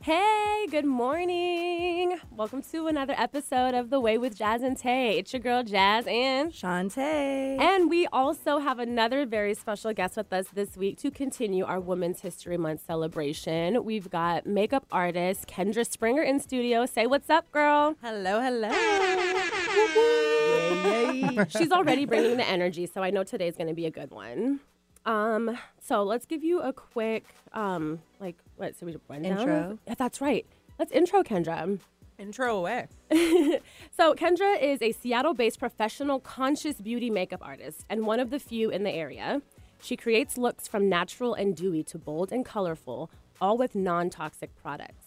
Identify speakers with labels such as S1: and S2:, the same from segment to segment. S1: Hey, good morning. Welcome to another episode of The Way with Jazz and Tay. It's your girl, Jazz and
S2: Shantae.
S1: And we also have another very special guest with us this week to continue our Women's History Month celebration. We've got makeup artist Kendra Springer in studio. Say what's up, girl.
S3: Hello, hello.
S1: She's already bringing the energy, so I know today's going to be a good one. Um, so let's give you a quick, um, like, what? So we rundown.
S2: Intro.
S1: Yeah, that's right. Let's intro Kendra.
S3: Intro away.
S1: So Kendra is a Seattle-based professional conscious beauty makeup artist and one of the few in the area. She creates looks from natural and dewy to bold and colorful, all with non-toxic products.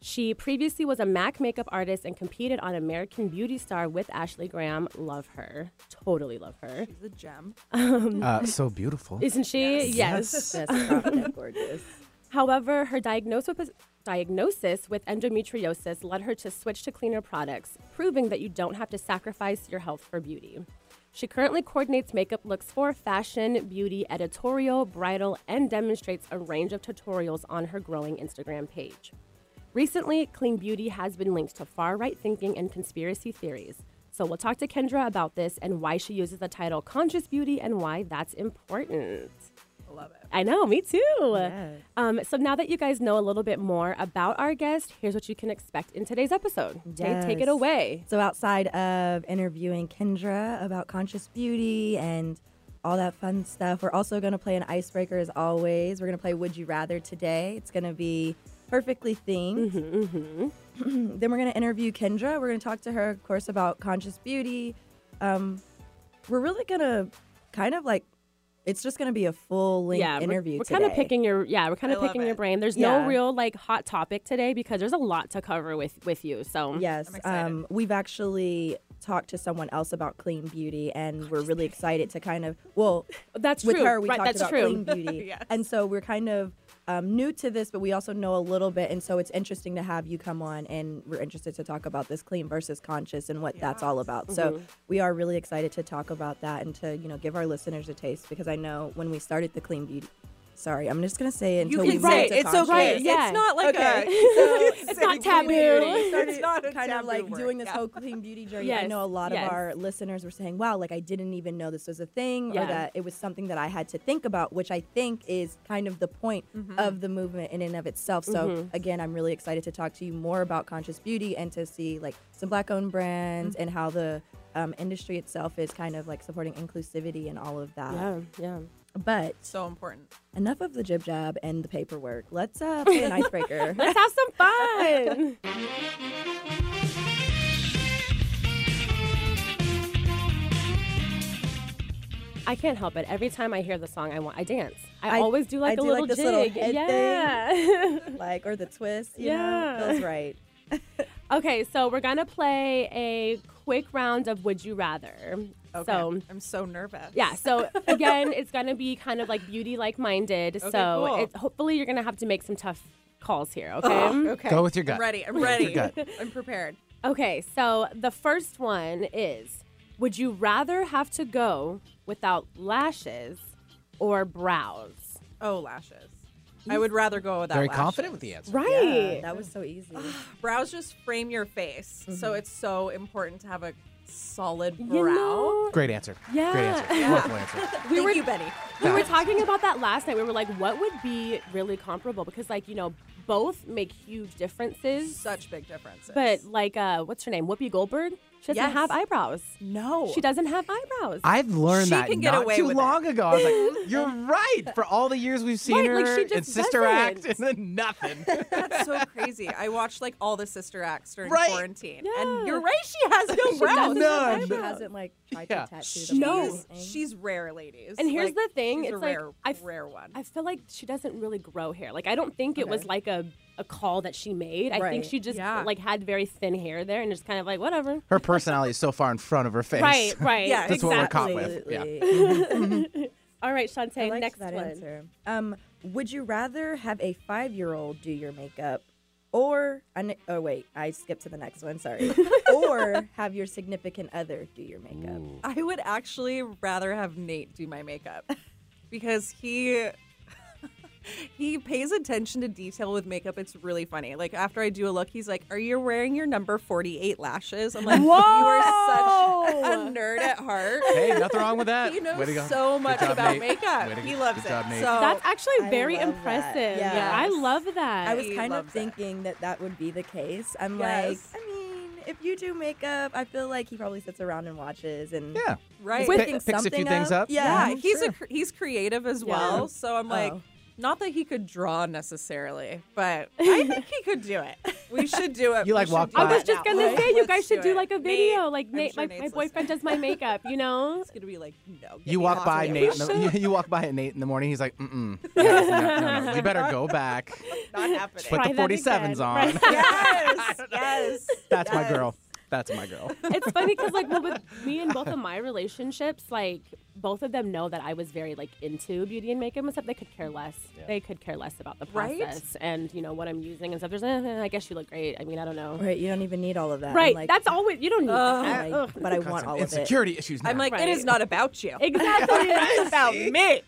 S1: She previously was a MAC makeup artist and competed on American Beauty Star with Ashley Graham. Love her. Totally love her.
S3: She's a gem.
S4: Uh, so beautiful.
S1: Isn't she? yes.
S3: That's gorgeous.
S1: However, her diagnosis with, diagnosis with endometriosis led her to switch to cleaner products, proving that you don't have to sacrifice your health for beauty. She currently coordinates makeup looks for fashion, beauty, editorial, bridal, and demonstrates a range of tutorials on her growing Instagram page. Recently, clean beauty has been linked to far right thinking and conspiracy theories. So we'll talk to Kendra about this and why she uses the title conscious beauty and why that's important.
S3: Love it.
S1: I know, me too. Um, so now that you guys know a little bit more about our guest, here's what you can expect in today's episode. Tay, take it
S2: Yes.
S1: away.
S2: So, outside of interviewing Kendra about conscious beauty and all that fun stuff, we're also going to play an icebreaker as always. We're going to play Would You Rather today. It's going to be perfectly themed.
S1: Mm-hmm,
S2: then, we're going to interview Kendra. We're going to talk to her, of course, about conscious beauty. Um, we're really going to kind of like, it's just going to be a full length
S1: yeah, we're-
S2: interview
S1: We're, kind of
S2: today.
S1: picking your yeah, we're kind
S3: I
S1: of
S3: love
S1: picking your
S3: it.
S1: brain. There's
S2: Yeah.
S1: no real like hot topic today because there's a lot to cover with with you. So
S2: Yes,
S3: I'm excited.
S2: um, we've actually talked to someone else about clean beauty, and we're really excited to kind of well
S1: that's
S2: with
S1: true.
S2: her. We
S1: right,
S2: talked
S1: that's
S2: about clean
S1: true.
S2: beauty,
S3: Yes.
S2: and so we're kind of um, new to this, but we also know a little bit, and so it's interesting to have you come on, and we're interested to talk about this clean versus conscious and what that's all about.
S1: Mm-hmm.
S2: So we are really excited to talk about that and to you know give our listeners a taste because I know when we started the clean beauty. Sorry, I'm just gonna say it until we
S3: can
S2: moved
S3: say it.
S2: to
S3: It's
S2: conscious.
S3: okay.
S1: Right, yeah.
S3: It's not like
S2: Okay.
S3: a. It's,
S1: It's not taboo.
S2: started
S3: It's not a
S2: kind of
S3: taboo
S2: like
S3: word.
S2: doing this
S3: Yeah.
S2: whole clean beauty journey. I
S1: Yes,
S2: know a lot
S1: yes.
S2: of our listeners were saying, "Wow, like I didn't even know this was a thing,
S1: Yeah.
S2: or that it was something that I had to think about," which I think is kind of the point
S3: Mm-hmm.
S2: of the movement in and of itself. So
S1: Mm-hmm.
S2: again, I'm really excited to talk to you more about conscious beauty and to see like some black-owned brands
S3: Mm-hmm.
S2: and how the um, industry itself is kind of like supporting inclusivity and all of that.
S1: Yeah, yeah.
S2: But
S3: So important.
S2: enough of the jib jab and the paperwork. Let's uh, play an icebreaker.
S1: Let's have some fun. I can't help it. Every time I hear the song, I want I dance. I,
S2: I-
S1: always do
S2: I
S1: like a
S2: do like
S1: little
S2: this
S1: jig.
S2: little head
S1: yeah.
S2: like or the twist, you
S1: Yeah.
S2: know, feels right.
S1: okay, so we're gonna play a quick round of Would You Rather.
S3: Okay.
S1: So
S3: I'm so nervous.
S1: yeah, so again, it's gonna be kind of like beauty like minded. so
S3: cool.
S1: it's, hopefully you're gonna have to make some tough calls here. Okay.
S2: Oh,
S3: Okay.
S4: Go with your gut.
S3: I'm ready. I'm
S4: Go with
S3: ready.
S4: your
S3: I'm prepared.
S1: Okay, so the first one is Would you rather have to go without lashes or brows?
S3: Oh, lashes. I would rather go without.
S4: Very
S3: lashes.
S4: confident with the answer.
S2: Yeah, that was so easy.
S3: Brows just frame your face, so it's so important to have a solid brow.
S1: You know,
S4: Great answer.
S1: Yeah.
S4: Great answer.
S1: Yeah.
S4: Wonderful answer.
S1: we
S3: Thank
S1: were,
S3: you, Betty.
S1: we were talking about that last night. We were like, what would be really comparable? Because, like, you know, both make huge differences.
S3: Such big differences.
S1: But, like, uh, what's her name? Whoopi Goldberg? She doesn't
S3: Yes.
S1: have eyebrows.
S3: no,
S1: She doesn't have eyebrows.
S4: I've learned
S3: She
S4: that
S3: can get
S4: not
S3: away
S4: too
S3: with it.
S4: long ago. I was like, "You're right." For all the years we've seen
S1: Right,
S4: her
S1: like, she
S4: and
S1: just
S4: Sister Act, and
S1: doesn't.
S4: then nothing.
S3: That's so crazy. I watched like all the sister acts during
S4: Right.
S3: quarantine,
S1: Yeah.
S3: and you're right. She has no brows.
S4: doesn't. None.
S2: She hasn't like tried
S4: Yeah.
S2: to tattoo
S3: She's,
S2: them. or
S1: No.
S2: anything.
S3: she's rare, ladies.
S1: And here's
S3: Like,
S1: the thing,
S3: she's
S1: it's
S3: a
S1: like,
S3: rare,
S1: I f-
S3: rare one.
S1: I feel like she doesn't really grow hair. Like I don't think it was
S2: Okay.
S1: like a, a call that she made. I think
S2: Right.
S1: she just
S3: Yeah.
S1: like had very thin hair there and just kind of like whatever.
S4: Her personality is so far in front of her face.
S1: Right, right.
S3: Yeah,
S4: That's
S3: what we're
S4: caught with.
S2: Absolutely.
S1: All right,
S2: I
S1: Shantae,
S2: liked
S1: next
S2: that
S1: one.
S2: answer. Um, would you rather have a five-year-old do your makeup, or an, oh wait, I skipped to the next one. Sorry. or have your significant other do your makeup?
S3: I would actually rather have Nate do my makeup because he he pays attention to detail with makeup. It's really funny. Like after I do a look, he's like, "Are you wearing your number 48 lashes?" I'm like, "You are such a nerd at heart."
S4: Hey, nothing wrong with that.
S3: He knows
S4: Way to go.
S3: so
S4: Good
S3: much
S4: job,
S3: about
S4: Nate. Way
S3: makeup.
S4: to
S3: He
S4: go.
S3: loves
S4: Good job,
S3: it.
S4: Nate.
S3: So
S1: That's actually
S2: Oh, I
S1: very
S2: love that.
S1: impressive.
S2: Yeah.
S1: Yeah, I love that.
S2: I was
S3: He
S2: kind of
S3: loves it.
S2: thinking that that would be the case. I'm
S3: Yes.
S2: like, I mean, if you do makeup, I feel like he probably sits around and watches and
S4: Yeah.
S3: right.
S2: is
S4: Pick-
S2: picking
S4: picks a few
S2: something
S4: things up.
S2: Yeah,
S3: yeah, he's
S4: sure.
S3: a cr- he's creative as
S1: Oh, Yeah.
S3: well. So I'm like,
S2: Oh.
S3: not that he could draw necessarily, but I think he could do it. We should do it.
S4: You, like,
S3: We should
S4: walk
S3: do
S1: I
S4: by.
S1: was
S3: it
S1: just
S3: now.
S1: gonna
S3: Like,
S1: say you
S3: let's
S1: guys should do
S3: it.
S1: like a
S3: Nate-
S1: video, like
S3: I'm
S1: Nate,
S3: sure
S1: my,
S3: Nate's
S1: my
S3: listening.
S1: boyfriend does my makeup. You know,
S3: It's gonna be like no. get
S4: You
S3: me
S4: walk
S3: off
S4: by
S3: of
S4: Nate.
S3: here.
S4: In the, you, you walk by Nate in the morning. He's like, mm mm. No, no, no. You better go back.
S3: Not
S4: Put
S3: happening.
S1: Try
S4: the
S1: that
S4: 47s
S1: again.
S4: on.
S1: Right.
S3: yes, yes.
S4: That's my
S3: yes.
S4: girl. That's my girl.
S1: it's funny because like well, with me and both of my relationships, like both of them know that I was very like into beauty and makeup and stuff. They could care less. They could care less about the
S3: Right?
S1: process and you know what I'm using and stuff. There's, eh, eh, I guess you look great. I mean, I don't know.
S2: Right, you don't even need all of that. I'm
S1: Right.
S2: like,
S1: That's always you don't need.
S3: Ugh.
S1: that.
S2: I-
S1: Ugh.
S2: but I want all of it.
S4: Insecurity issues. Now.
S3: I'm like,
S1: Right.
S3: it is not about you.
S1: Exactly.
S3: It's about me.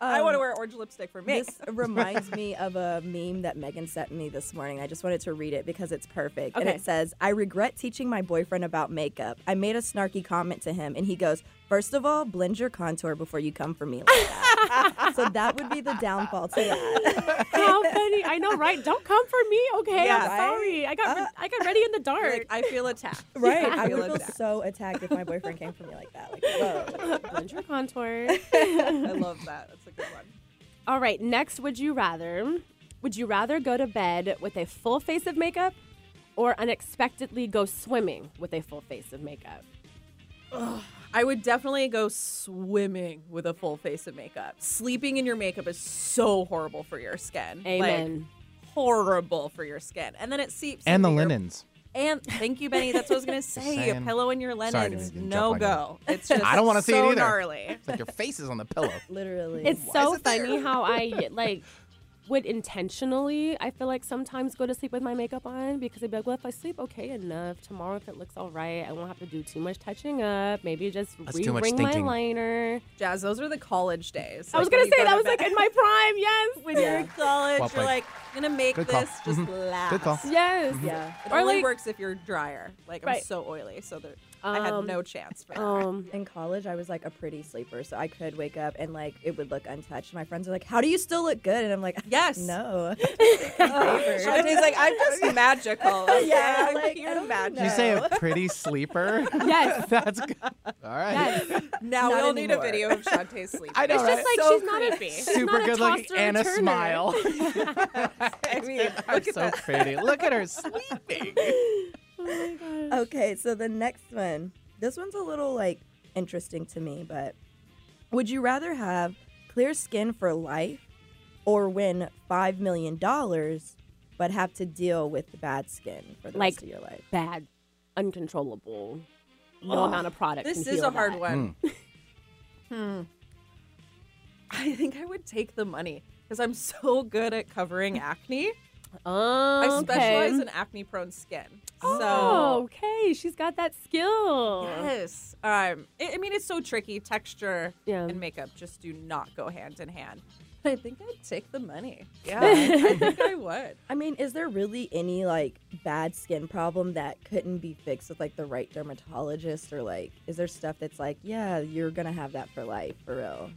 S3: I
S1: Um,
S3: want to wear orange lipstick for me.
S2: This reminds me of a meme that Megan sent me this morning. I just wanted to read it because it's perfect. And
S1: Okay.
S2: it says, I regret teaching my boyfriend about makeup. I made a snarky comment to him, and he goes, First of all, blend your contour before you come for me like that. so that would be the downfall to that.
S1: How funny! I know, right? Don't come for me, okay?
S3: Yeah,
S1: I'm
S3: right?
S1: sorry. I got I got ready in the dark.
S3: Like, I feel attacked.
S2: Right.
S3: I
S2: I
S3: feel
S2: would feel
S3: attacked.
S2: so attacked if my boyfriend came for me like that. Like, whoa.
S1: Blend your contour.
S3: I love that. That's a good one.
S1: All right, next, would you rather? Would you rather go to bed with a full face of makeup or unexpectedly go swimming with a full face of makeup?
S3: I would definitely go swimming with a full face of makeup. Sleeping in your makeup is so horrible for your skin.
S1: Amen.
S3: Like, horrible for your skin. And then it seeps
S4: and the
S3: into your-
S4: linens.
S3: And thank you, Benny. That's what I was gonna say. A
S4: saying.
S3: pillow in your
S4: Sorry
S3: linens,
S4: to even jump
S3: no
S4: on
S3: go. It's just
S4: I don't
S3: want
S4: wanna
S3: to
S4: see it
S3: so
S4: either.
S3: gnarly.
S4: It's like your face is on the pillow.
S2: Literally.
S1: It's
S4: Why
S1: so
S4: is it there?
S1: funny how I like would intentionally, I feel like sometimes go to sleep with my makeup on because I'd be like, well, if I sleep okay enough tomorrow, if it looks all right, I won't have to do too much touching up. Maybe just
S4: That's too much
S1: re-ring my
S4: thinking.
S1: liner.
S3: Jazz, those were the college days.
S1: I was
S3: Like, when
S1: gonna
S3: you
S1: say
S3: go
S1: that
S3: to
S1: was
S3: bed-
S1: like in my prime. Yes.
S3: when you're in
S4: Well
S3: college, you're
S4: played.
S3: like gonna make
S4: Good call. Mm-hmm.
S3: this just last.
S4: Good call.
S1: Yes.
S2: yeah.
S3: It
S1: Or
S3: only
S1: like-
S3: works if you're drier. Like I'm
S1: Right.
S3: so oily, so there, I had
S1: Um,
S3: no chance for that.
S1: Um,
S2: In college, I was like a pretty sleeper, so I could wake up and like it would look untouched. My friends are like, "How do you still look good?" And I'm like,
S3: Yes.
S2: no."
S3: Shantae's like, I'm just magical. okay?
S2: Yeah,
S3: I'm
S2: like, I
S3: here
S2: don't
S3: magic.
S2: know.
S4: Did you say a pretty sleeper?
S1: Yes.
S4: That's good. All right.
S1: Yes.
S3: Now
S2: Not
S3: we'll need a
S2: anymore.
S3: video of Shantae's sleeping.
S4: I know,
S1: It's just
S4: right?
S1: like
S3: So
S1: she's not a
S3: creepy.
S1: she's
S4: Super
S1: not a
S4: good looking
S1: tosser
S4: and a
S1: turner.
S4: smile.
S3: I mean, look
S4: I'm
S3: at
S4: so
S3: that.
S4: pretty. Look at her sleeping.
S1: Oh
S2: okay, so the next one. This one's a little like interesting to me, but would you rather have clear skin for life or win 5 million dollars but have to deal with bad skin for the
S1: Like-
S2: rest of your life?
S1: Bad, uncontrollable. No amount of product.
S3: This
S1: can
S3: is
S1: heal
S3: a hard
S1: that.
S3: one. Hmm. I think I would take the money because I'm so good at covering acne.
S1: Oh,
S3: I specialize in acne prone skin.
S1: Oh,
S3: So,
S1: okay. She's got that skill.
S3: yes. Um, I I mean, it's so tricky. Texture
S1: Yeah.
S3: and makeup just do not go hand in hand. But I think I'd take the money. Yeah, I think I would.
S2: I mean, is there really any like bad skin problem that couldn't be fixed with like the right dermatologist or like is there stuff that's like, yeah, you're going to have that for life for real?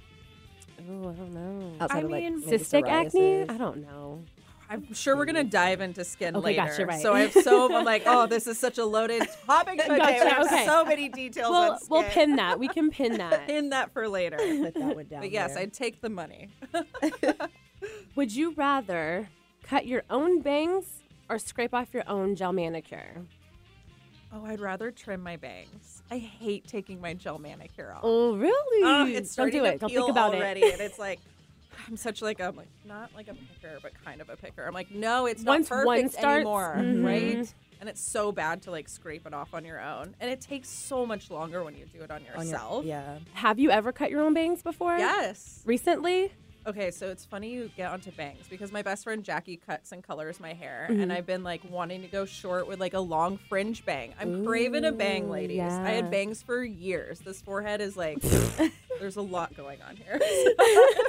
S1: Oh, I don't know.
S2: Outside
S3: I
S2: of like
S3: mean,
S2: maybe
S1: Cystic acne?
S2: psoriasis.
S1: I don't know.
S3: I'm sure we're gonna dive into skin
S1: Okay,
S3: later.
S1: gotcha, right.
S3: So I have so I'm like, oh, this is such a loaded topic today.
S1: Gotcha,
S3: we have
S1: okay.
S3: so many details.
S1: Well,
S3: on skin.
S1: we'll pin that. We can pin that.
S3: Pin that for later.
S2: Put that one down.
S3: But yes,
S2: there.
S3: I'd take the money.
S1: Would you rather cut your own bangs or scrape off your own gel manicure?
S3: Oh, I'd rather trim my bangs. I hate taking my gel manicure off.
S1: Oh, really?
S3: Ugh, it's
S1: don't
S3: starting
S1: do
S3: to
S1: it. Don't
S3: peel
S1: think about
S3: already,
S1: it.
S3: and it's like I'm such like I'm like not like a picker, but kind of a picker. I'm like, no, it's
S1: Once
S3: not
S1: one
S3: perfect
S1: starts-
S3: anymore,
S1: Mhm.
S3: right? And it's so bad to like scrape it off on your own, and it takes so much longer when you do it on
S2: on your-
S3: yourself.
S2: yeah.
S1: Have you ever cut your own bangs before?
S3: Yes.
S1: Recently?
S3: Okay, so it's funny you get onto bangs because my best friend Jackie cuts and colors my hair,
S1: Mm-hmm.
S3: and I've been like wanting to go short with like a long fringe bang. I'm craving a bang,
S1: Ooh,
S3: ladies.
S1: yeah.
S3: I had bangs for years. This forehead is like, there's a lot going on here.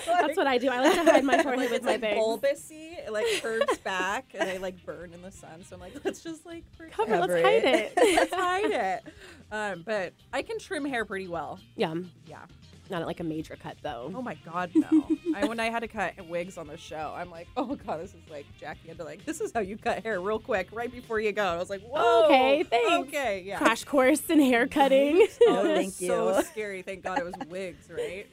S1: That's what I do. I like to hide my forehead with
S3: it's
S1: my
S3: like
S1: bangs.
S3: bulbousy, it like curves back, and I like burn in the sun. So I'm like, let's just like
S1: Come
S3: pretend.
S1: on, let's
S2: Cover
S1: hide
S2: it.
S1: it.
S3: let's hide it. Um, but I can trim hair pretty well.
S1: yeah,
S3: Yeah.
S1: not like a major cut though.
S3: Oh my god, no! I, when I had to cut wigs on the show, I'm like, oh god, this is like Jackie had to like, this is how you cut hair real quick right before you go. I was like, whoa,
S1: Okay, thanks.
S3: okay, yeah.
S1: Crash course in hair cutting.
S3: Oh,
S2: Oh, thank
S3: So
S2: you.
S3: scary. Thank God it was wigs, right?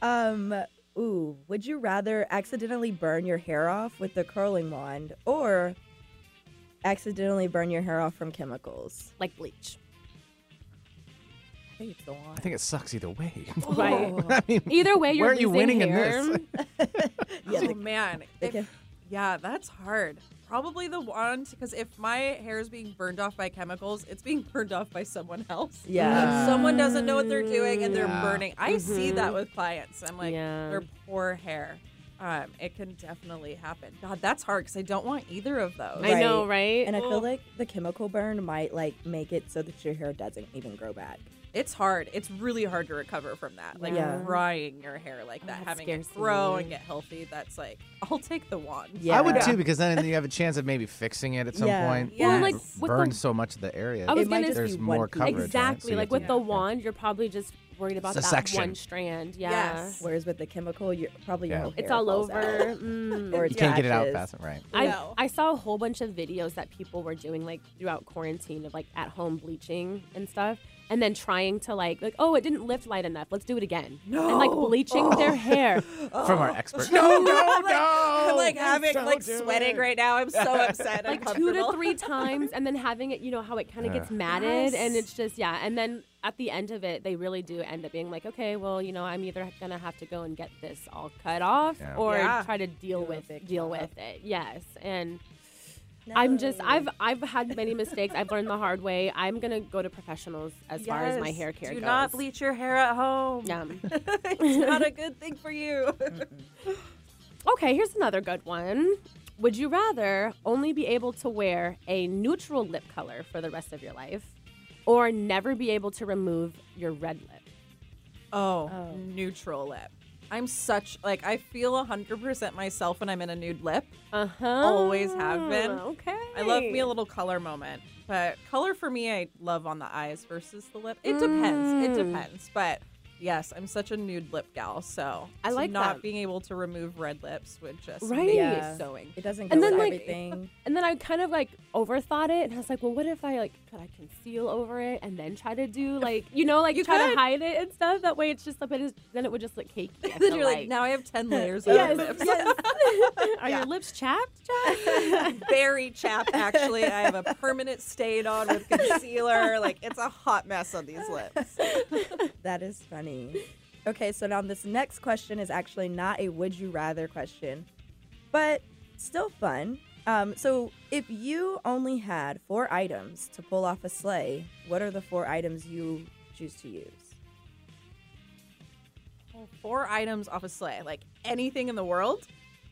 S2: Um, ooh, would you rather accidentally burn your hair off with the curling wand or accidentally burn your hair off from chemicals?
S1: like bleach.
S3: I think it's the one.
S4: I think it sucks either way.
S1: Right.
S2: Oh.
S4: I mean,
S1: Either way, you're
S4: where are you
S1: losing
S4: winning
S1: hair.
S4: in this?
S2: Yeah,
S3: oh
S2: the-
S3: man,
S2: the
S3: If-
S2: chem-
S3: yeah, that's hard. Probably the wand because if my hair is being burned off by chemicals, it's being burned off by someone else.
S2: yeah.
S4: Yeah.
S3: Someone doesn't know what they're doing and they're
S4: Yeah.
S3: burning. I see
S1: Mhm.
S3: that with clients. I'm like,
S1: Yeah.
S3: their poor hair. Um, it can definitely happen. God, that's hard because I don't want either of those.
S1: I know,
S2: Right.
S1: right?
S2: And I feel
S3: Oh.
S2: like the chemical burn might like make it so that your hair doesn't even grow back.
S3: It's hard. It's really hard to recover from that. Like
S2: Yeah.
S3: drying your hair like that,
S1: that
S3: having it
S1: scares
S3: grow
S1: me.
S3: and get healthy. That's like, I'll take the wand.
S2: Yeah.
S4: I would too, because then you have a chance of maybe fixing it at some
S2: Yeah.
S4: point.
S3: Well,
S4: You
S1: like,
S4: b-
S1: with
S4: burn
S1: the-
S4: so much of the area.
S1: I was
S2: it might
S1: gonna
S2: just
S4: There's
S2: be
S4: more
S2: one piece.
S4: coverage, right? So
S1: exactly.
S4: you
S1: Like
S4: have
S1: with
S4: to-
S1: the
S4: yeah.
S1: wand, you're probably just worried about
S4: It's a
S1: that
S4: section.
S1: one strand. Yeah.
S3: Yes.
S2: Whereas with the chemical, you probably your
S4: Yeah.
S2: whole
S1: It's
S2: hair
S1: all
S2: falls
S1: over.
S2: out.
S1: Mm.
S2: Or
S4: You can't get it out
S2: patches.
S4: fast, right?
S1: I,
S3: No.
S1: I saw a whole bunch of videos that people were doing like throughout quarantine of like at home bleaching and stuff and then trying to like like oh it didn't lift light enough let's do it again and like
S3: No. Oh.
S1: bleaching their hair
S4: From our expert. No, Oh, no,
S3: I'm like, I'm like having
S4: Don't
S3: like
S4: do
S3: sweating
S4: it.
S3: right now. I'm so upset.
S1: like two to
S3: uncomfortable.
S1: three times and then having it you know how it kind of gets
S4: Yeah.
S1: matted and
S3: Yes.
S1: it's just yeah and then at the end of it they really do end up being like okay well you know I'm either gonna have to go and get this all cut off
S4: Yeah.
S1: or
S3: Yeah.
S1: try to deal
S2: Do a
S1: with
S2: big
S1: deal
S2: job.
S1: with it yes and I'm just
S2: No.
S1: I've I've had many mistakes. I've learned the hard way. I'm gonna go to professionals as far as my
S3: Yes.
S1: hair care
S3: Do
S1: goes.
S3: not bleach your hair at home.
S1: Yeah.
S3: it's not a good thing for you.
S1: Okay, here's another good one. Would you rather only be able to wear a neutral lip color for the rest of your life, or never be able to remove your red lip?
S3: Oh,
S2: Oh.
S3: neutral lip. I'm such like I feel 100% myself when I'm in a nude lip.
S1: Uh huh.
S3: Always have been.
S1: Okay.
S3: I love me a little color moment, but color for me I love on the eyes versus the lip. It depends. It
S1: Mm.
S3: depends. But yes, I'm such a nude lip gal, so
S1: I
S3: to
S1: like
S3: not
S1: that.
S3: being able to remove red lips would just
S1: Right.
S3: make
S2: Yeah.
S3: me sewing.
S2: It doesn't go
S1: And
S2: with
S1: then, like-
S2: everything.
S1: And then I kind of like overthought it, and I was like, well, what if I like could I conceal over it and then try to do like you know like
S3: You
S1: try
S3: could.
S1: to hide it and stuff? That way, it's just like it is. Then it would just look cakey. I
S3: then
S1: feel
S3: you're like, now I have 10 layers of
S1: Yes,
S3: lips.
S1: yes. Are
S3: Yeah.
S1: your lips chapped, Jack?
S3: Very chapped, actually. I have a permanent stain on with concealer. Like, it's a hot mess on these lips.
S2: That is funny. Okay, so now this next question is actually not a would you rather question, but still fun. Um, so if you only had four items to pull off a sleigh, what are the four items you choose to use?
S3: Four items off a sleigh, like anything in the world.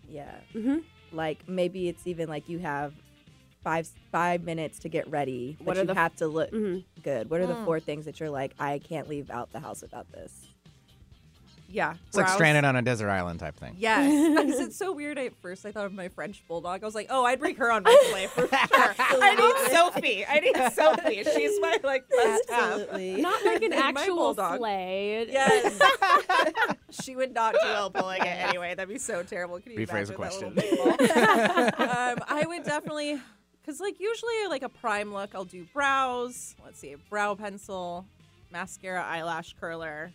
S2: Yeah.
S1: Mhm.
S2: Like maybe it's even like you have five five minutes to get ready,
S1: What
S2: but
S1: are
S2: you
S1: the-
S2: have to look
S1: Mhm.
S2: good. What are the
S3: Mm.
S2: four things that you're like, I can't leave out the house without this?
S3: Yeah.
S4: It's like
S3: browse.
S4: stranded on a desert island type thing.
S3: Yes. Because it's so weird. At first, I thought of my French bulldog. I was like, oh, I'd bring her on my sleigh for sure. I need Sophie. I need Sophie. She's my, like, must have.
S1: Not like an
S3: And my
S1: actual
S3: bulldog.
S1: sleigh.
S3: Yes. she would not do well pulling it anyway. That'd be so terrible. Can you
S4: Rephrase the
S3: imagine
S4: question.
S3: that little people? um, I would definitely, because like usually like a prime look, I'll do brows. Let's see, brow pencil, mascara, eyelash curler,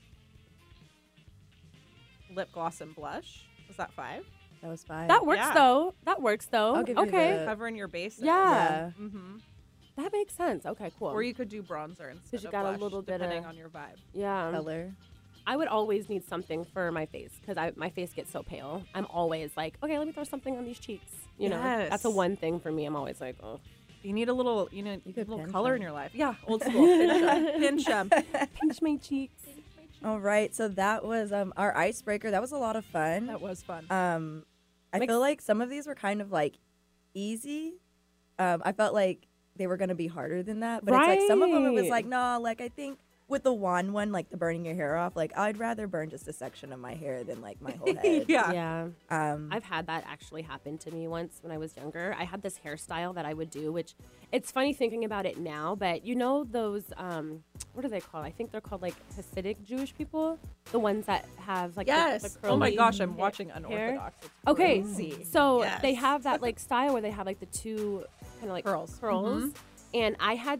S3: lip gloss and blush. Is that five?
S2: That was five.
S1: That works
S3: Yeah.
S1: though. That works though.
S2: I'll give you
S1: okay.
S2: the-
S3: Covering your bases.
S1: yeah.
S2: yeah.
S3: hmm
S1: That makes sense. Okay, cool.
S3: Or you could do bronzer instead
S1: you
S3: of
S1: got a
S3: blush,
S1: little bit
S3: depending
S1: of-
S3: on your vibe.
S1: yeah.
S2: Color.
S1: I I would always need something for my face because my face gets so pale. I'm always like, okay, let me throw something on these cheeks. You know, that's a
S3: Yes.
S1: one thing for me. I'm always like, oh,
S3: You need a little, you know,
S2: You
S3: a
S2: could
S3: little
S2: pinch
S3: color in
S2: them.
S3: your life. Yeah, old school. pinch 'em, pinch 'em.
S1: pinch my cheeks.
S2: All right, so that was um, our icebreaker. That was a lot of fun.
S3: That was fun.
S2: Um, I
S1: Makes-
S2: feel like some of these were kind of like easy. Um, I felt like they were going to be harder than that, but it's like some of them it was
S1: Right.
S2: like, no, like I think with the wand one, like the burning your hair off, like I'd rather burn just a section of my hair than like my whole head.
S3: yeah.
S1: yeah.
S2: Um,
S1: I've had that actually happen to me once when I was younger. I had this hairstyle that I would do, which it's funny thinking about it now, but you know those um what are they called? I think they're called like Hasidic Jewish people, the ones that have like the- the,
S3: Yes. oh my
S1: curly-
S3: gosh, I'm watching unorthodox. It's
S1: Okay,
S3: crazy.
S1: so
S3: Yes.
S1: they have that like style where they have like the two kind of like
S3: Curls. Mm-hmm.
S1: curls, and I had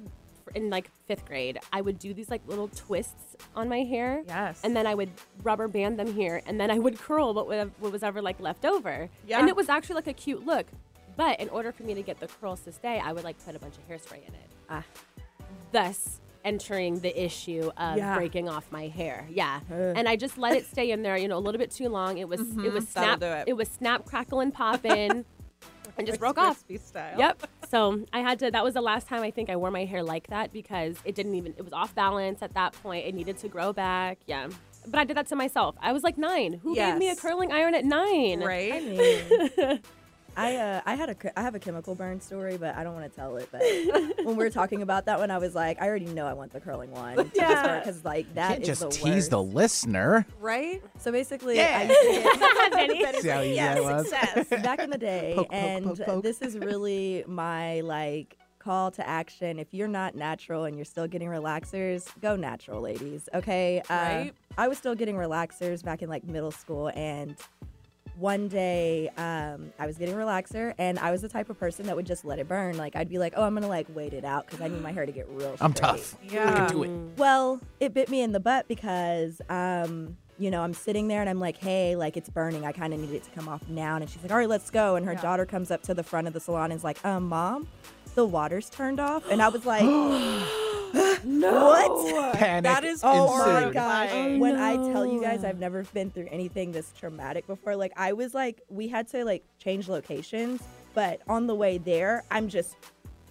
S1: in like fifth grade, I would do these like little twists on my hair.
S3: Yes.
S1: And then I would rubber band them here, and then I would curl what, would, what was ever like left over.
S3: Yeah.
S1: And it was actually like a cute look. But in order for me to get the curls to stay, I would like put a bunch of hairspray in it.
S2: Ah.
S1: Thus entering the issue of
S3: Yeah.
S1: breaking off my hair. Yeah. And I just let it stay in there, you know, a little bit too long. It was it was
S3: Mm-hmm. that'll
S1: snap
S3: do it.
S1: it was snap crackle and pop in and just broke off.
S3: Crispy style.
S1: Yep. So I had to. That was the last time I think I wore my hair like that because it didn't even. It was off balance at that point. It needed to grow back. Yeah. But I did that to myself. I was like nine. Who gave me a
S3: Yes.
S1: curling iron at nine?
S3: Right.
S2: I mean, I uh, I had a cr- I have a chemical burn story, but I don't want to tell it. But when we were talking about that one, I was like, I already know I want the curling one.
S3: Yeah.
S2: because like that
S4: Can't
S2: is
S4: just
S2: the
S4: tease the
S2: worst.
S4: listener.
S3: Right?
S2: So basically,
S4: Yeah.
S2: I
S1: Benny.
S4: See how easy that was?
S2: back in the day,
S4: Poke, poke,
S2: and
S4: poke, poke.
S2: this is really my like call to action. If you're not natural and you're still getting relaxers, go natural, ladies. Okay, uh,
S3: Right.
S2: I was still getting relaxers back in like middle school, and one day um, I was getting relaxer, and I was the type of person that would just let it burn. Like I'd be like, oh, I'm gonna like wait it out because I need my hair to get real. straight."
S4: I'm tough. I
S3: Yeah.
S4: can do it.
S2: Well, it bit me in the butt because, um, you know, I'm sitting there and I'm like, hey, like it's burning. I kind of need it to come off now. And she's like, all right, let's go. And her
S3: Yeah.
S2: daughter comes up to the front of the salon and is like, um, mom, the water's turned off. And I was like,
S3: No.
S2: What?
S4: Panic
S3: That is
S2: oh
S4: ensued.
S2: my gosh.
S3: Oh,
S2: when I tell you
S1: no.
S2: guys I've never been through anything this traumatic before, like I was like, we had to like change locations. But on the way there, I'm just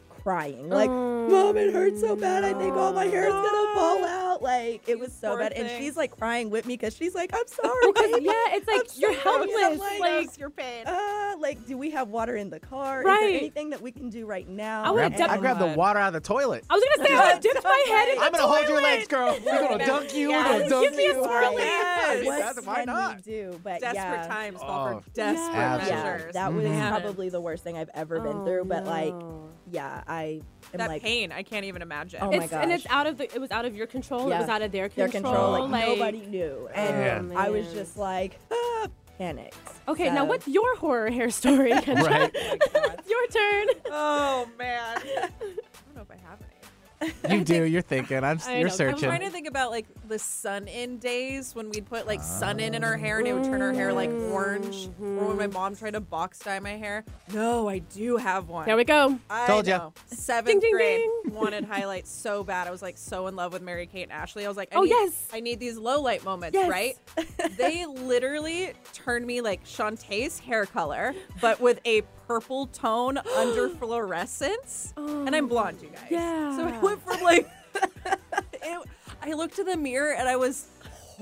S2: crying. Like,
S1: Oh,
S2: mom, it hurts so bad. I think all my hair is gonna fall out. Like, it was so
S3: poor
S2: bad. And
S3: thing.
S2: she's like crying with me because she's like, I'm sorry. baby.
S1: yeah, it's like
S2: I'm
S1: you're
S2: sorry. I'm
S1: helpless.
S2: like-
S1: Like,
S3: your pain.
S2: Uh, like, do we have water in the car? Is
S1: Right.
S2: there anything that we can do right now?
S1: I
S4: Grab,
S1: would've
S4: I
S1: done-
S4: grabbed the water out of the toilet.
S1: I was gonna say I would dipped my head in the
S4: I'm gonna hold your legs, girl. We're gonna
S3: Yes.
S4: dunk you.
S3: Yes.
S4: We're gonna dunk
S1: Give me a
S4: you.
S1: swirly.
S3: Yes.
S4: Yes.
S2: What
S4: Why
S2: can
S4: not?
S2: we do? But
S3: Desperate
S2: yeah.
S3: times call
S4: Oh,
S3: for desperate
S4: Yeah.
S2: Mm-hmm. Yeah, Oh,
S3: measures.
S2: that was
S3: Man.
S2: probably the worst thing I've ever been through. But like,
S1: Oh.
S2: yeah, I am
S3: that
S2: like
S3: pain. I can't even imagine.
S2: Oh my
S1: it's, and it's
S2: gosh.
S1: out of the. It was out of your control. It
S2: Yeah.
S1: was out of their
S2: their
S1: control.
S2: control. Like, oh, nobody knew, and
S1: Yeah.
S2: I was
S1: man.
S2: just like ah, panicked.
S1: Okay, now
S2: So-
S1: what's your horror hair story? Kendra?
S4: Right.
S1: It's your turn.
S3: oh man. I don't know if I have any.
S4: You do. You're thinking. I'm.
S1: I know.
S4: you're
S1: I'm
S4: searching.
S1: Chin.
S3: I'm trying to think about like the sun in days when we'd put like sun in in our hair and it would turn our hair like orange. Or when my mom tried to box dye my hair. No, I do have one.
S1: There we go.
S3: I
S4: Told ya.
S3: know.
S1: Ding,
S3: Seventh
S1: ding,
S3: grade wanted highlights so bad. I was like so in love with Mary Kate and Ashley. I was like, I
S1: Oh,
S3: need,
S1: yes.
S3: I need these low light moments,
S1: Yes.
S3: right? they literally turned me like Shantae's hair color, but with a purple tone under fluorescence. and I'm blonde, you guys. So
S1: Oh. yeah.
S3: it went from like, it, I looked in the mirror and I was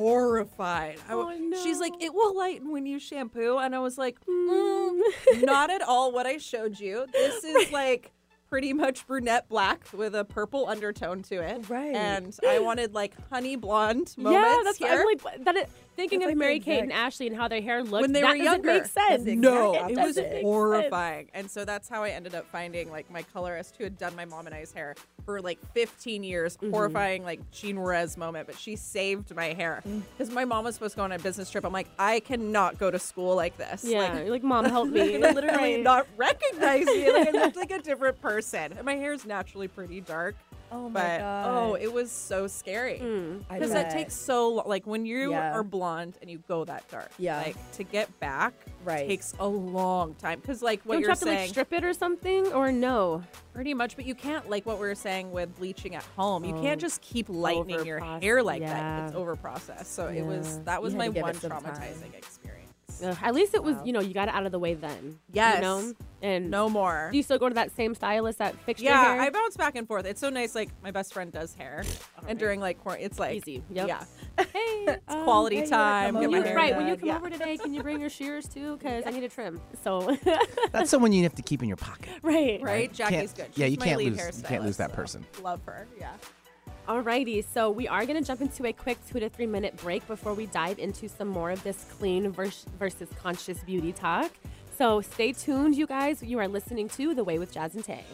S3: horrified. I w-
S1: Oh,
S3: She's like,
S1: no.
S3: it will lighten when you shampoo. And I was like, mm, not at all what I showed you. This is like pretty much brunette black with a purple undertone to it.
S2: Right.
S3: And I wanted like honey blonde moments
S1: Yeah, that's
S3: here.
S1: I'm like that. Is, thinking
S2: That's
S1: of
S2: like the
S1: Mary Kate and
S2: exact-
S1: Ashley and how their hair looked
S3: when they
S1: that
S3: were younger.
S1: Doesn't make sense.
S3: No,
S2: Exact
S3: it was
S2: opposite.
S3: horrifying. And so that's how I ended up finding like my colorist who had done my mom and I's hair for like 15 years. Horrifying like Jean Rez moment, but she saved my hair because my mom was supposed to go on a business trip. I'm like, I cannot go to school like this.
S1: Yeah,
S3: Like,
S1: you're like mom, help me.
S3: they literally
S1: Right.
S3: not recognize me. Like I looked like a different person. And my hair is naturally pretty dark.
S2: Oh my
S3: but
S2: god.
S3: oh, it was so scary
S2: I
S3: because that
S2: bet.
S3: takes so long. Like when you
S2: Yeah.
S3: are blonde and you go that dark,
S2: Yeah.
S3: like to get back
S2: Right.
S3: takes a long time. Because like what
S1: Don't you
S3: you're
S1: have
S3: saying,
S1: to like strip it or something? Or no?
S3: pretty much, but you can't like what we were saying with bleaching at home. You can't
S2: Oh.
S3: just keep lightening your
S1: Overprocess-
S3: hair like
S1: yeah.
S3: that. It's over processed. So it was
S2: Yeah.
S3: that was
S2: You had
S3: my
S2: to give it
S3: one
S2: some time. Mm.
S3: traumatizing experience.
S1: Ugh, at least it was,
S2: Wow.
S1: you know, you got it out of the way then.
S3: Yes.
S1: You know? And
S3: No more.
S1: do you still go to that same stylist that fixed
S3: Yeah,
S1: your hair?
S3: I bounce back and forth. It's so nice. Like my best friend does hair, and during like quarantine, it's like
S1: Easy. Yep.
S3: Yeah,
S1: hey,
S3: it's quality
S2: hey, you wanna
S3: time.
S2: come
S1: When
S3: get my
S1: you,
S2: over?
S3: hair
S1: right, when
S3: done.
S1: you come
S3: Yeah.
S1: over today, can you bring your shears too? Because I need a trim. So,
S4: That's someone you have to keep in your pocket.
S1: right.
S3: right? Jackie's
S4: Can't-
S3: good.
S4: yeah,
S3: She's
S4: you
S3: my
S4: can't
S3: lead
S4: lose- you can't lose
S3: hairstylist,
S4: that
S3: so
S4: person.
S3: Love her. Yeah.
S1: Alrighty, so we are going to jump into a quick two to three minute break before we dive into some more of this clean vers- versus conscious beauty talk. So stay tuned, you guys. You are listening to The Way with Jazz and Tay.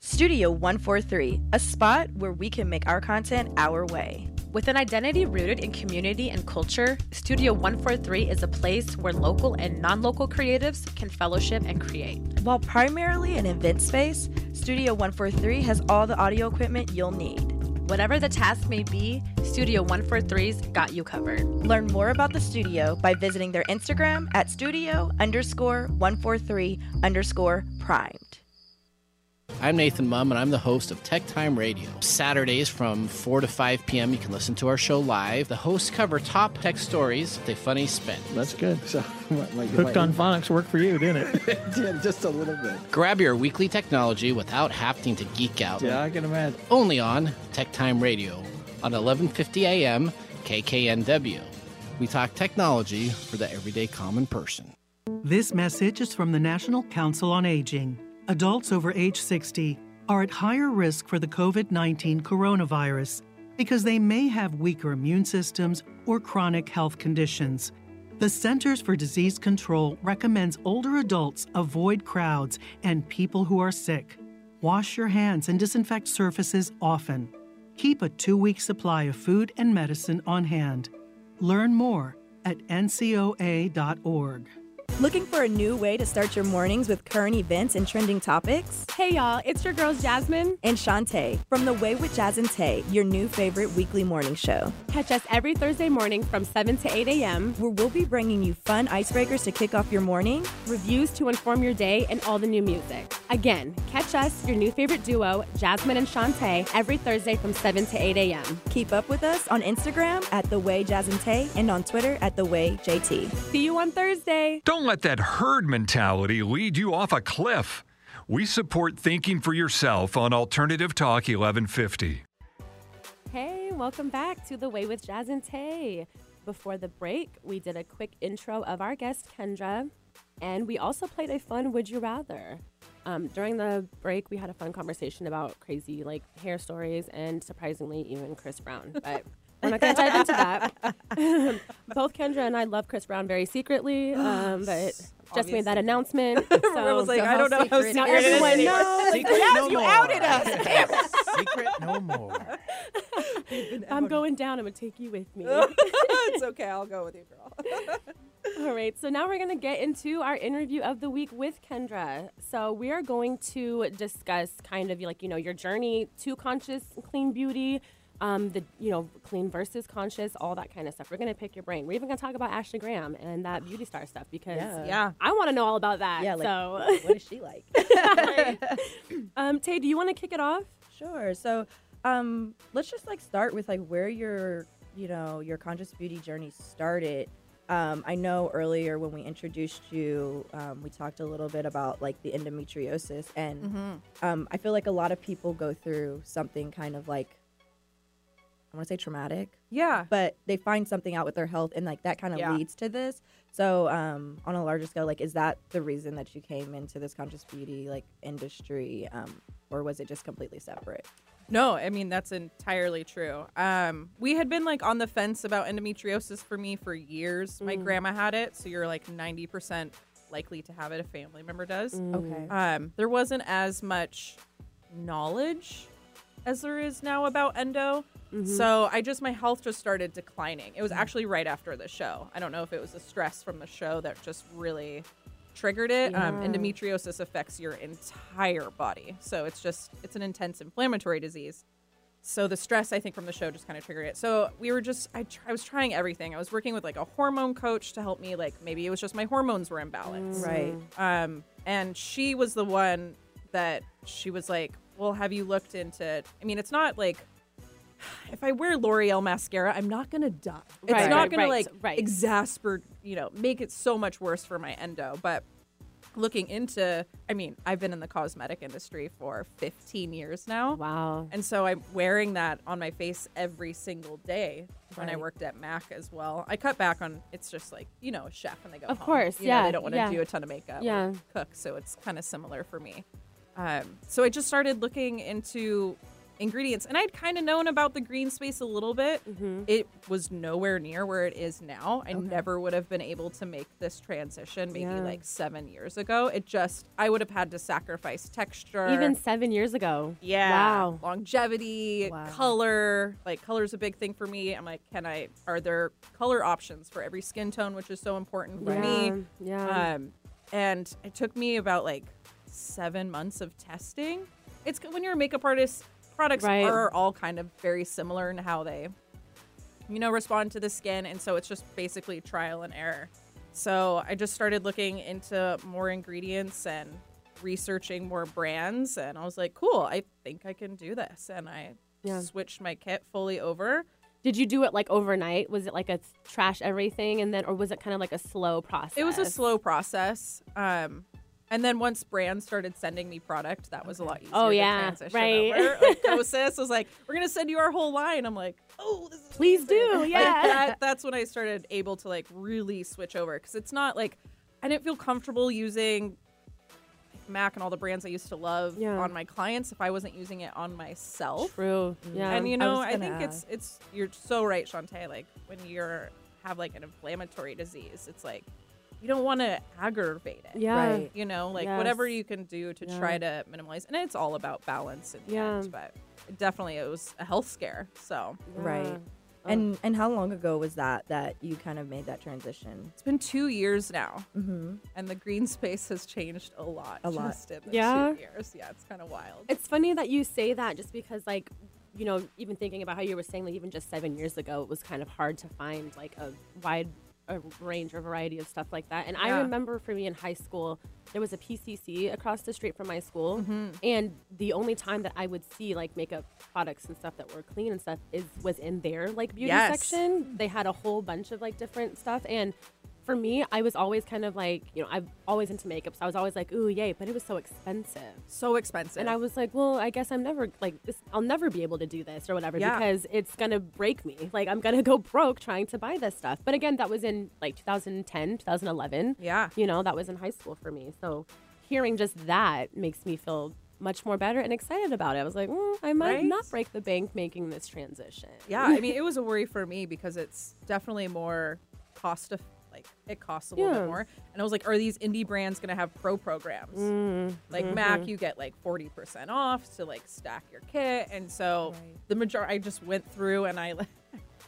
S2: Studio 143, a spot where we can make our content our way.
S5: With an identity rooted in community and culture, Studio 143 is a place where local and non local creatives can fellowship and create.
S2: While primarily an event space, Studio 143 has all the audio equipment you'll need.
S5: Whatever the task may be, Studio 143's got you covered.
S2: Learn more about the studio by visiting their Instagram at studio underscore 143 underscore primed.
S6: I'm Nathan Mum, and I'm the host of Tech Time Radio. Saturdays from 4 to 5 p.m., you can listen to our show live. The hosts cover top tech stories with a funny spin.
S7: That's good. So, what, like,
S8: Hooked on phonics worked for you, didn't it?
S7: Yeah, just a little bit.
S6: Grab your weekly technology without having to geek out.
S7: Yeah, I can imagine.
S6: Only on Tech Time Radio on 11:50 a.m. KKNW. We talk technology for the everyday common person.
S9: This message is from the National Council on Aging. Adults over age 60 are at higher risk for the COVID 19 coronavirus because they may have weaker immune systems or chronic health conditions. The Centers for Disease Control recommends older adults avoid crowds and people who are sick. Wash your hands and disinfect surfaces often. Keep a two week supply of food and medicine on hand. Learn more at ncoa.org.
S2: Looking for a new way to start your mornings with current events and trending topics?
S1: Hey, y'all, it's your girls, Jasmine.
S2: And Shantae from The Way with Jazz and Tay, your new favorite weekly morning show,
S1: Catch us every Thursday morning from 7 to 8 a.m.
S2: where we'll be bringing you fun icebreakers to kick off your morning.
S1: Reviews to inform your day and all the new music. Again, catch us, your new favorite duo, Jasmine and Shantae, every Thursday from 7 to 8 a.m.
S2: Keep up with us on Instagram at The Way Jazz and Tay and on Twitter at The Way JT.
S1: See you on Thursday.
S10: Don't let that herd mentality lead you off a cliff. We support thinking for yourself on Alternative Talk 1150.
S1: Hey, welcome back to The Way with Jazz and Tay. Before the break, we did a quick intro of our guest, Kendra, and we also played a fun Would You Rather. Um, during the break, we had a fun conversation about crazy like hair stories and surprisingly, even Chris Brown. But we're not going to dive into that. Both Kendra and I love Chris Brown very secretly, um, but just made that
S3: Obviously.
S1: announcement.
S3: I was
S1: so-
S3: like, I don't know how
S1: now
S3: serious
S1: everyone
S3: it is.
S1: knows.
S4: Secret no
S3: you
S4: more.
S3: outed us.
S4: Secret no more.
S1: If I'm going down. I'm going to take you with me.
S3: it's okay. I'll go with you, girl.
S1: All right, so now we're going to get into our interview of the week with Kendra. So we are going to discuss kind of like, you know, your journey to conscious clean beauty, um, the, you know, clean versus conscious, all that kind of stuff. We're going to pick your brain. We're even going to talk about Ashley Graham and that beauty star stuff because
S2: Yeah.
S3: Yeah.
S1: I want to know all about that.
S2: Yeah, like,
S1: so,
S2: what is she like?
S1: um, Tay, do you want to kick it off?
S2: Sure. So, um, let's just like start with like where your, you know, your conscious beauty journey started. Um, I know earlier when we introduced you, um, we talked a little bit about like the endometriosis, and um, I feel like a lot of people go through something kind of like I want to say traumatic,
S3: Yeah.
S2: but they find something out with their health, and like that kind of
S3: Yeah.
S2: leads to this. So, um, on a larger scale, like is that the reason that you came into this conscious beauty like industry, um, or was it just completely separate?
S3: No, I mean that's entirely true. Um, we had been like on the fence about endometriosis for me for years. My grandma had it, so you're like 90% likely to have it if a family member does.
S2: Okay.
S3: Um, there wasn't as much knowledge as there is now about endo. So I just my health just started declining. It was actually right after the show. I don't know if it was the stress from the show that just really triggered it. Um,
S2: Yeah.
S3: endometriosis affects your entire body, so it's just it's an intense inflammatory disease. So the stress, I think, from the show just kind of triggered it. So we were just I, tr- I was trying everything. I was working with like a hormone coach to help me. Like maybe it was just my hormones were imbalanced,
S2: Right.
S3: um, and she was the one that she was like, "Well, have you looked into?" I mean, it's not like if I wear L'Oreal mascara, I'm not gonna die.
S1: Right,
S3: it's not
S1: right,
S3: gonna
S1: right,
S3: like
S1: right.
S3: exasperate, you know, make it so much worse for my endo. But looking into, I mean, I've been in the cosmetic industry for 15 years now.
S1: Wow.
S3: And so I'm wearing that on my face every single day when I
S1: Right.
S3: worked at Mac as well. I cut back on it's just like, you know, a chef when they go
S1: Of
S3: home.
S1: course,
S3: You know,
S1: yeah,
S3: they don't want to
S1: yeah.
S3: do a ton of makeup or
S1: Yeah.
S3: cook, so it's kind of similar for me. Um, so I just started looking into ingredients and I'd kind of known about the green space a little bit.
S1: Mm-hmm.
S3: It was nowhere near where it is now. I never would have been able to make this transition maybe
S1: Yeah.
S3: like 7 years ago. It just I would have had to sacrifice texture.
S1: Even seven years ago.
S3: Yeah.
S1: Wow.
S3: Longevity,
S2: Wow.
S3: color. Like color's a big thing for me. I'm like, can I are there color options for every skin tone, which is so important for
S1: Yeah.
S3: me?
S1: Yeah.
S3: Um and it took me about like seven months of testing. It's when you're a makeup artist, products
S1: Right.
S3: are all kind of very similar in how they, you know, respond to the skin. And so it's just basically trial and error. So I just started looking into more ingredients and researching more brands. And I was like, cool, I think I can do this. And I
S1: Yeah.
S3: switched my kit fully over.
S1: Did you do it like overnight? Was it like a trash everything and then, or was it kind of like a slow process?
S3: It was a slow process. Um, and then once brands started sending me product, that was a lot easier.
S1: Oh,
S3: to
S1: yeah,
S3: transition
S1: right.
S3: Over. Like, Kosas was like, "We're gonna send you our whole line." I'm like, "Oh, this is
S1: Please
S3: amazing."
S1: do,
S3: Like,
S1: yeah.
S3: that, that's when I started able to like really switch over because it's not like I didn't feel comfortable using Mac and all the brands I used to love
S1: Yeah.
S3: on my clients if I wasn't using it on myself.
S1: True. Yeah.
S3: And you know,
S2: was
S3: I,
S2: gonna
S3: think it's it's you're so right, Shantae. Like when you're have like an inflammatory disease, it's like you don't want to aggravate it.
S1: yeah.
S2: Right.
S3: You know, like whatever
S1: Yes.
S3: you can do to
S1: Yeah.
S3: try to minimize, and it's all about balance in the
S1: Yeah.
S3: end. But it definitely, it was a health scare. So
S2: Right.
S1: Yeah. Oh.
S2: And and how long ago was that that you kind of made that transition?
S3: it's been two years now,
S2: Mm-hmm.
S3: and the green space has changed a lot.
S2: A lot.
S3: just in the
S1: Yeah.
S3: two years. Yeah, it's kind of wild.
S1: It's funny that you say that just because, like, you know, even thinking about how you were saying, like, even just seven years ago, it was kind of hard to find, like, a wide a range or variety of stuff like that. And I
S3: Yeah.
S1: remember for me in high school, there was a PCC across the street from my school.
S3: Mm-hmm.
S1: And the only time that I would see, like, makeup products and stuff that were clean and stuff is was in their, like, beauty
S3: Yes.
S1: section. They had a whole bunch of, like, different stuff. And for me, I was always kind of like, you know, I'm always into makeup. So I was always like, ooh, yay. But it was so expensive.
S3: so expensive.
S1: And I was like, well, I guess I'm never like this. I'll never be able to do this or whatever
S3: Yeah.
S1: because it's gonna break me. Like I'm gonna go broke trying to buy this stuff. But again, that was in like 2010, 2011.
S3: yeah.
S1: You know, that was in high school for me. So hearing just that makes me feel much more better and excited about it. I was like, mm, I might
S3: Right?
S1: not break the bank making this transition.
S3: Yeah, I mean, it was a worry for me because it's definitely more cost of like it costs a little
S1: Yeah.
S3: bit more. And I was like, are these indie brands gonna have pro programs? Like Mac, you get like forty percent off to like stack your kit, and so the major I just went through and I like,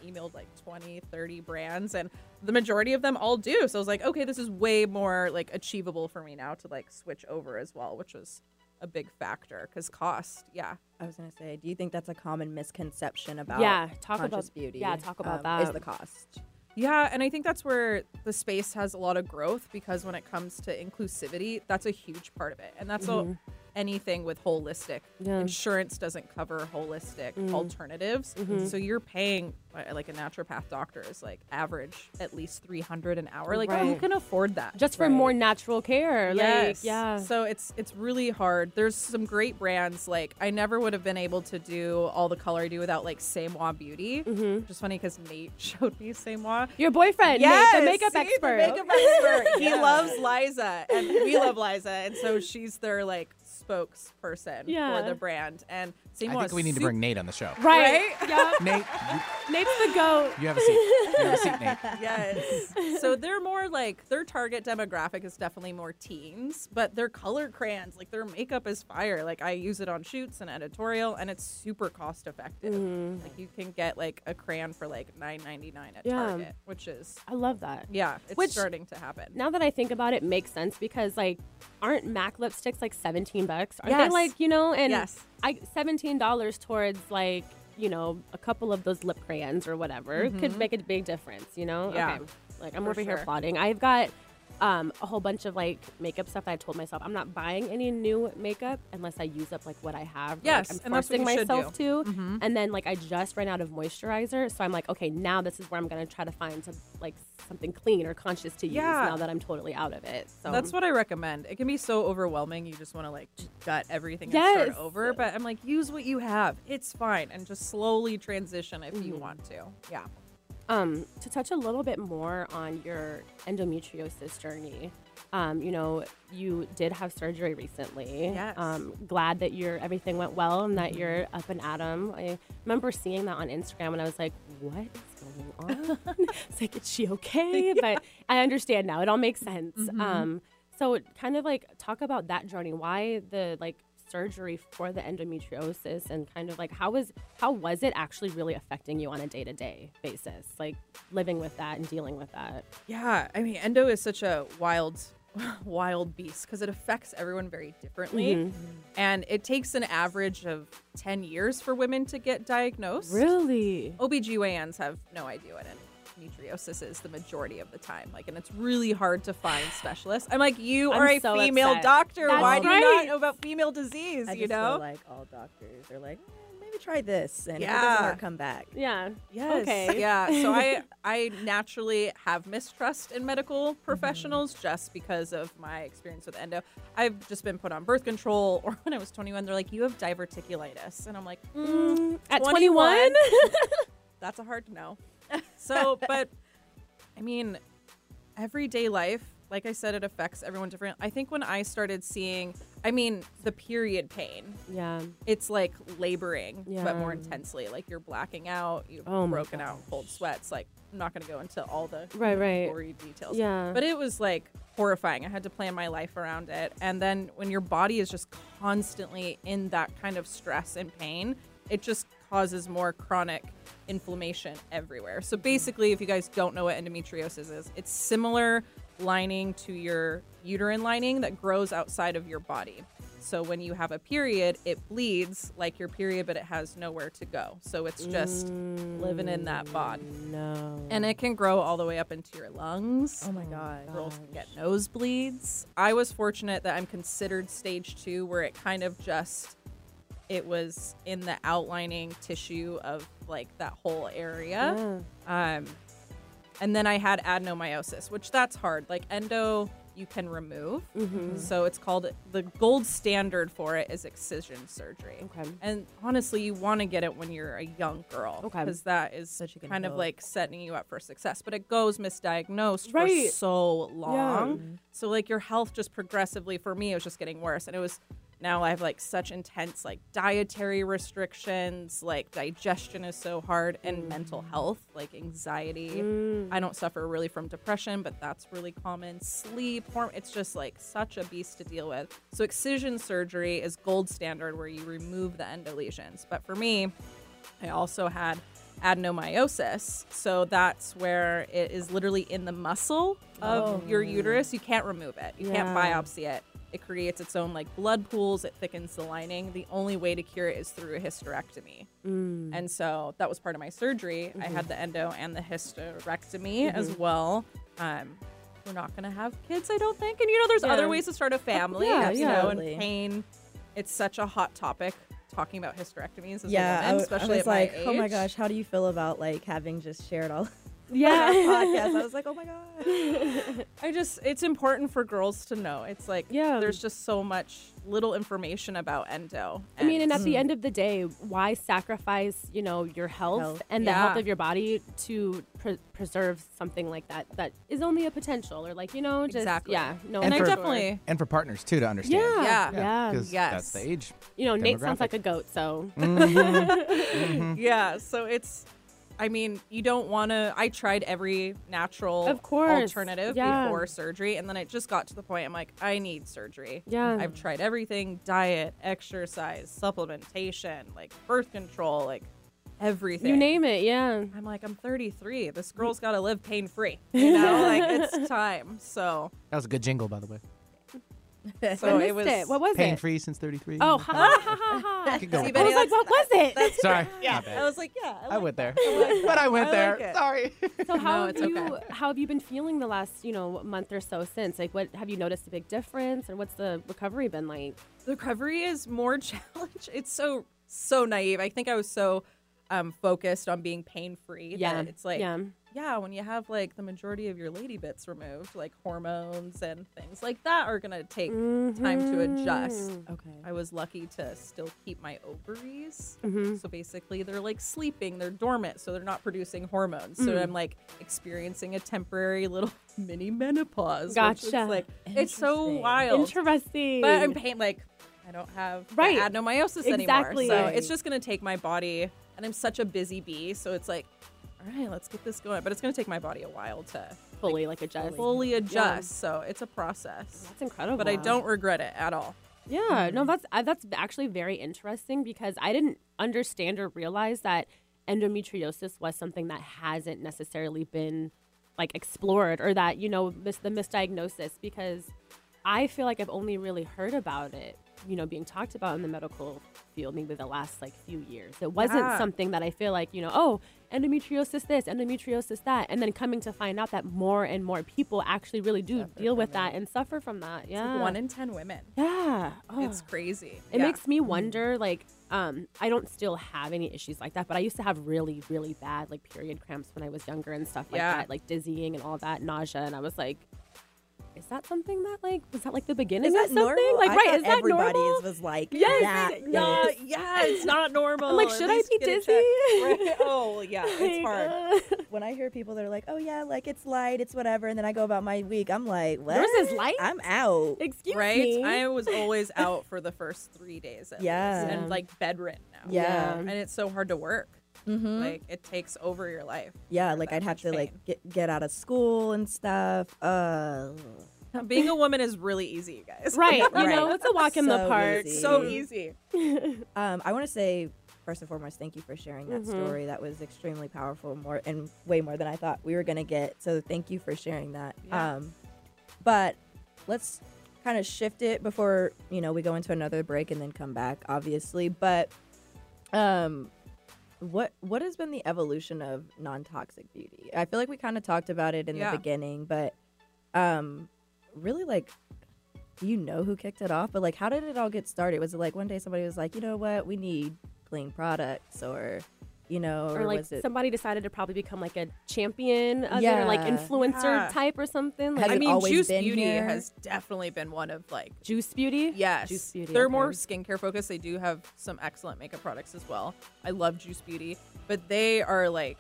S3: emailed like 20, 30 brands, and the majority of them all do. So I was like, okay, this is way more like achievable for me now to like switch over as well, which was a big factor because cost, yeah.
S2: I was gonna say, do you think that's a common misconception about
S1: Yeah, talk about-
S2: conscious beauty?
S1: yeah, talk about
S2: um, Is
S1: that.
S2: the cost?
S3: Yeah, and I think that's where the space has a lot of growth because when it comes to inclusivity, that's a huge part of it. And that's all, anything with holistic.
S1: Mm-hmm. Yeah. Mm.
S3: Insurance doesn't cover holistic alternatives.
S1: Mm-hmm.
S3: So you're paying, uh, like a naturopath doctor is like average at least 300 an hour. Like, who
S1: Right.
S3: can afford that?
S1: Just for more natural care.
S3: Yes.
S1: Like, yeah.
S3: So it's it's really hard. There's some great brands. Like I never would have been able to do all the color I do without like Semois Beauty,
S1: Mm-hmm.
S3: which is funny because Nate showed me Semois.
S1: Your boyfriend, Nate,
S3: Yes,
S1: the makeup
S3: see,
S1: expert.
S3: The makeup expert. he loves Liza, and we love Liza, and so she's their like s- spokesperson
S1: Yeah.
S3: for the brand. And
S4: I
S3: Seymour
S4: think
S3: is
S4: we need to
S3: super-
S4: bring Nate on the show.
S1: Right. Yeah.
S4: Nate, you,
S1: Nate's the goat.
S4: you have a seat. You have a seat, Nate.
S3: yes. So they're more like their target demographic is definitely more teens, but their color crayons, like their makeup is fire. Like I use it on shoots and editorial, and it's super cost effective. Like you can get like a crayon for like nine ninety nine at
S1: Mm. Yeah.
S3: Target, which is
S1: I love that.
S3: yeah, it's
S1: Which-
S3: starting to happen.
S1: Now that I think about it, makes sense because like, aren't Mac lipsticks like seventeen bucks? Aren't they
S3: Yes.
S1: like you know? And
S3: Yes.
S1: I seventeen dollars towards like you know a couple of those lip crayons or whatever could make a big difference. You know?
S3: Mm-hmm. Yeah.
S1: Okay. Like I'm
S3: For
S1: over here
S3: sure.
S1: plotting. I've got. Um, a whole bunch of like makeup stuff that I told myself I'm not buying any new makeup unless I use up like what I have. or,
S3: Yes,
S1: like, I'm
S3: and that's what
S1: forcing
S3: you should Mm-hmm.
S1: myself to. And then like I just ran out of moisturizer, so I'm like, okay, now this is where I'm gonna try to find some like something clean or conscious to use
S3: Yeah.
S1: now that I'm totally out of it. So
S3: That's what I recommend. It can be so overwhelming. You just want to like gut everything and
S1: Yes.
S3: start over. But I'm like, use what you have. It's fine, and just slowly transition if you want to. Yeah.
S1: Um, to touch a little bit more on your endometriosis journey, um, you know, you did have surgery recently.
S3: Yes. Mm-hmm.
S1: Um, glad that your everything went well and that you're up and at 'em. I remember seeing that on Instagram and I was like, what is going on? it's like, is she okay? But I understand now. It all makes sense.
S3: Mm-hmm.
S1: Um, so kind of like talk about that journey. Why the like surgery for the endometriosis and kind of like how was how was it actually really affecting you on a day-to-day basis like living with that and dealing with that
S3: Yeah, I mean, endo is such a wild, wild beast because it affects everyone very differently, and it takes an average of ten years for women to get diagnosed.
S1: really
S3: OBGYNs have no idea what endometriosis is the majority of the time. Like, and it's really hard to find specialists. I'm like, you
S1: I'm
S3: are a
S1: so
S3: female
S1: upset.
S3: doctor.
S1: That's
S3: Why do you
S1: right.
S3: not know about female disease?
S2: I
S3: you
S2: just
S3: know?
S2: feel like all doctors are like, "Eh, maybe try this, and if it
S3: Yeah.
S2: doesn't work, come back.
S1: yeah
S3: Yes.
S1: okay
S3: Yeah. So I I naturally have mistrust in medical
S1: Mm-hmm.
S3: professionals just because of my experience with endo. I've just been put on birth control, or when I was 21, they're like, "You have diverticulitis," and I'm like,
S1: Mm, at
S3: 21?
S1: 21
S3: "That's a hard no." So, but I mean, everyday life, like I said, it affects everyone different. I think when I started seeing, I mean, the period pain,
S1: yeah
S3: it's like laboring
S1: Yeah.
S3: but more intensely like you're blacking out you've
S1: Oh my
S3: broken out in cold sweats like i'm not going to go into all the
S1: Right, right.
S3: gory details
S1: Yeah.
S3: but it was like horrifying i had to plan my life around it and then when your body is just constantly in that kind of stress and pain it just causes more chronic inflammation everywhere so basically if you guys don't know what endometriosis is it's similar lining to your uterine lining that grows outside of your body so when you have a period, it bleeds like your period, but it has nowhere to go. So it's just living in that bod.
S1: no
S3: And it can grow all the way up into your lungs.
S2: Oh my god.
S3: Girls can get nosebleeds. I was fortunate that I'm considered stage two, where it kind of just it was in the outlining tissue of like that whole area. Um, and then I had adenomyosis, which that's hard. Like endo, you can remove.
S1: Mm-hmm.
S3: So it's called the gold standard for it is excision surgery.
S1: Okay.
S3: And honestly, you want to get it when you're a young girl,
S1: Okay.
S3: because that is
S2: But you can
S3: kind of
S2: help.
S3: like setting you up for success. But it goes misdiagnosed
S1: Right.
S3: for so long. So like your health just progressively for me it was just getting worse. And it was now I have like such intense like dietary restrictions, like digestion is so hard and mental health, like anxiety. I don't suffer really from depression, but that's really common. Sleep, horm- it's just like such a beast to deal with. So excision surgery is gold standard where you remove the endolesions. But for me, I also had adenomyosis. So that's where it is literally in the muscle of your uterus. You can't remove it, you can't
S1: Oh. Yeah.
S3: biopsy it. It creates its own like blood pools, it thickens the lining. The only way to cure it is through a hysterectomy.
S1: Mm.
S3: And so that was part of my surgery. I
S1: Mm-hmm.
S3: had the endo and the hysterectomy as well. Um, we're not going to have kids, I don't think. And you know, there's
S1: Yeah. Oh,
S3: other ways to start a family,
S1: yeah,
S3: you know, and
S2: absolutely.
S3: pain. It's such a hot topic talking about hysterectomies as
S2: Yeah,
S3: a woman,
S2: I, w- I
S3: especially
S1: "Oh
S2: was
S3: at
S2: like,
S3: my age.
S2: oh my gosh, how do you feel about like having just shared all
S3: Yeah.
S2: podcast. I was like, oh my god.
S3: I just it's important for girls to know. It's like yeah. there's just so much little information about endo.
S1: I mean, and at the end of the day, why sacrifice, you know, your health,
S3: Health.
S1: and the
S3: Yeah.
S1: health of your body to pre- preserve something like that that is only a potential or like, you know, just
S3: Exactly.
S1: yeah, no.
S3: And I
S1: for sure.
S3: definitely-
S4: and for partners too to understand.
S1: Yeah. Yeah. Yeah.
S4: Because
S1: Yes.
S4: that's the age.
S1: You know, Nate sounds
S4: demographic.
S1: like a goat, so
S3: Mm. yeah, so it's I mean, you don't want to I tried every natural
S1: Of course,
S3: alternative
S1: yeah.
S3: before surgery and then it just got to the point I'm like I need surgery.
S1: Yeah.
S3: I've tried everything, diet, exercise, supplementation, like birth control, like everything.
S1: you name it, yeah.
S3: I'm like, I'm 33. This
S1: Mm.
S3: girl's got to live pain free. You know, like it's time. So,
S4: That was a good jingle, by the way.
S3: so
S1: I
S3: it was.
S1: missed it. What was
S4: Pain
S1: it?
S4: free since 33.
S1: Oh, ha ha ha ha!
S4: Keep going.
S3: See,
S1: I
S3: Benny,
S1: was like,
S3: that's-
S1: what was it?
S4: Sorry.
S3: yeah,
S4: My
S3: I
S4: bad.
S3: was like, yeah, I,
S4: I
S3: like
S4: went there.
S3: that.
S4: But I went
S3: I
S4: there.
S3: like it.
S4: Sorry.
S1: So how
S3: No,
S1: have
S3: it's
S1: you
S3: okay.
S1: how have you been feeling the last you know month or so since? Like, what have you noticed a big difference, or what's the recovery been like?
S3: The recovery is more challenge. It's so so naive. I think I was so um, focused on being pain free.
S1: Yeah,
S3: it's like
S1: yeah.
S3: yeah, when you have like the majority of your lady bits removed, like hormones and things like that are gonna take time to adjust.
S1: Mm-hmm.
S2: Okay.
S3: I was lucky to still keep my ovaries.
S1: Mm-hmm. Mm.
S3: So basically, they're like sleeping, they're dormant, so they're not producing hormones. So
S1: Mm.
S3: I'm like experiencing a temporary little mini menopause. which is,
S1: Gotcha.
S3: like it's so
S2: Interesting.
S3: wild.
S1: Interesting.
S3: But I'm pain like I don't have the
S1: Right.
S3: adenomyosis
S1: Exactly.
S3: anymore. So
S1: Right.
S3: it's just gonna take my body and I'm such a busy bee, so it's like, all right, let's get this going. But it's gonna take my body a while to
S1: fully like adjust.
S3: fully adjust. So it's a process.
S1: That's incredible.
S3: But I don't regret it at all.
S1: Yeah, no,
S3: Mm-hmm.
S1: that's uh, that's actually very interesting because I didn't understand or realize that endometriosis was something that hasn't necessarily been like explored or that you know mis- the misdiagnosis because I feel like I've only really heard about it, you know, being talked about in the medical field maybe the last like few years. It wasn't
S3: Yeah.
S1: something that I feel like you know, oh, endometriosis this, endometriosis that, and then coming to find out that more and more people actually really do deal with that and suffer from that.
S3: It's
S1: Yeah,
S3: like one in ten women.
S1: yeah,
S3: It's
S1: Ugh.
S3: crazy.
S1: Ah. It
S3: Yeah.
S1: makes me
S2: Mm-hmm.
S1: wonder, like, um, I don't still have any issues like that, but I used to have really, really bad, like, period cramps when I was younger and stuff like
S3: Yeah.
S1: that, like dizzying and all that, nausea. And I was like, is that something that, like, was that like the beginning
S2: Is that
S1: of something?
S2: normal?
S1: Like,
S2: I
S1: right?
S2: thought
S1: Is that
S2: everybody's
S1: normal?
S2: was like
S1: Yes,
S2: that
S3: yeah,
S2: is-
S3: Uh, yeah, it's not normal.
S1: like,
S3: At
S1: should I
S3: least
S1: be
S3: get it
S1: dizzy? uh,
S3: checked. Right. Oh, well, yeah, it's hard.
S2: When I hear people that are like, "Oh yeah, like it's light, it's whatever," and then I go about my week, I'm like, "What?
S1: Yours is light?
S2: I'm out."
S1: Excuse
S3: right?
S1: me.
S3: I was always out for the first three days. At
S2: Yeah.
S3: least,
S1: Yeah. Um,
S3: and like bedridden now.
S2: Yeah.
S3: and it's so hard to work.
S2: Mm-hmm.
S3: Like it takes over your life.
S2: yeah,
S3: for
S2: like
S3: that
S2: I'd have
S3: much
S2: to
S3: pain.
S2: like get, get out of school and stuff. Uh,
S3: Being a woman is really easy, you guys.
S1: right. You
S2: Right.
S1: know, it's a walk in the
S2: So
S1: park.
S2: easy.
S3: so easy.
S2: um, I want to say first and foremost, thank you for sharing that
S3: Mm-hmm.
S1: Mhm.
S2: story. That was extremely powerful, more and way more than I thought we were gonna get. So thank you for sharing that.
S3: Yeah.
S2: Um, but let's kind of shift it before you know we go into another break and then come back, obviously. But um, what what has been the evolution of non toxic beauty? I feel like we kind of talked about it in
S3: Yeah.
S2: the beginning, but um, really like do you know who kicked it off? But like, how did it all get started? Was it like one day somebody was like, you know what, we need clean products, or you know, or,
S1: Or like
S2: was it?
S1: somebody decided to probably become like a champion, other like
S2: Yeah.
S1: influencer
S3: Yeah.
S1: type or something.
S2: Has
S1: Like
S3: I
S2: it
S3: mean,
S2: always
S3: Juice
S2: been
S3: Beauty
S2: here?
S3: has definitely been one of like
S1: Juice Beauty.
S3: yes,
S1: Juice Beauty.
S3: they're
S1: okay.
S3: more skincare focused. They do have some excellent makeup products as well. I love Juice Beauty, but they are like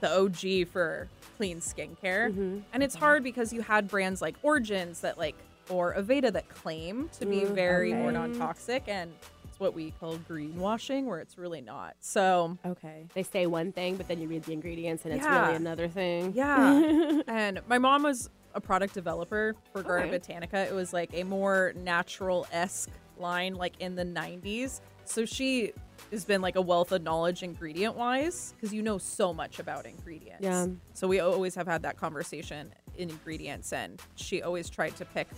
S3: the OG for clean skincare.
S1: Mhm.
S3: And it's hard because you had brands like Origins that like or Aveda that claim to be
S1: Mm,
S3: very more
S2: okay.
S3: non-toxic and it's what we call greenwashing where it's really not. So
S2: okay,
S1: They say one thing, but then you read the ingredients and it's
S3: Yeah.
S1: really another thing.
S3: yeah. and my mom was a product developer for Garden
S1: Okay.
S3: Botanica. It was like a more natural-esque line like in the 90s. So she has been like a wealth of knowledge ingredient wise because you know so much about ingredients.
S1: Yeah.
S3: So we always have had that conversation in ingredients, and she always tried to pick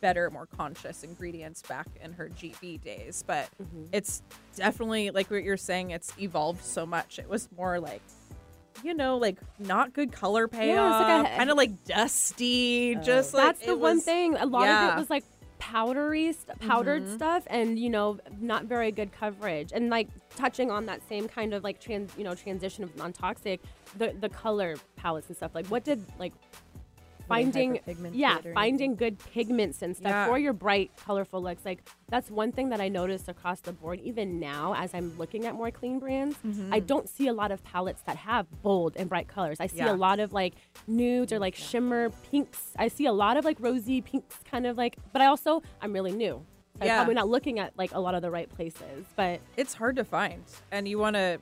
S3: better, more conscious ingredients back in her GB days. But
S1: Mm-hmm.
S3: it's definitely like what you're saying, it's evolved so much. It was more like, you know, like not good color
S1: it's like
S3: payoff,
S1: a- Oh,
S3: kind of like dusty, just like
S1: That's the
S3: it
S1: one
S3: was-
S1: thing. A lot of
S3: yeah.
S1: it was like powdery, st- powdered
S3: Mhm.
S1: stuff, and you know, not very good coverage. And like touching on that same kind of like trans, you know, transition of non-toxic, the the color palettes and stuff. Like, what did like finding, yeah,
S2: hyperpigmented or
S1: finding good pigments and stuff
S2: Yeah.
S1: for your bright, colorful looks. Like that's one thing that I noticed across the board. Even now, as I'm looking at more clean brands, I
S3: Mhm.
S1: don't see a lot of palettes that have bold and bright colors. I see
S3: Yeah.
S1: a lot of like nudes or like shimmer pinks. I see a lot of like rosy pinks, kind of like. But I also I'm really new. So
S3: Yeah.
S1: I'm probably not looking at like a lot of the right places, but
S3: it's hard to find. And you want to,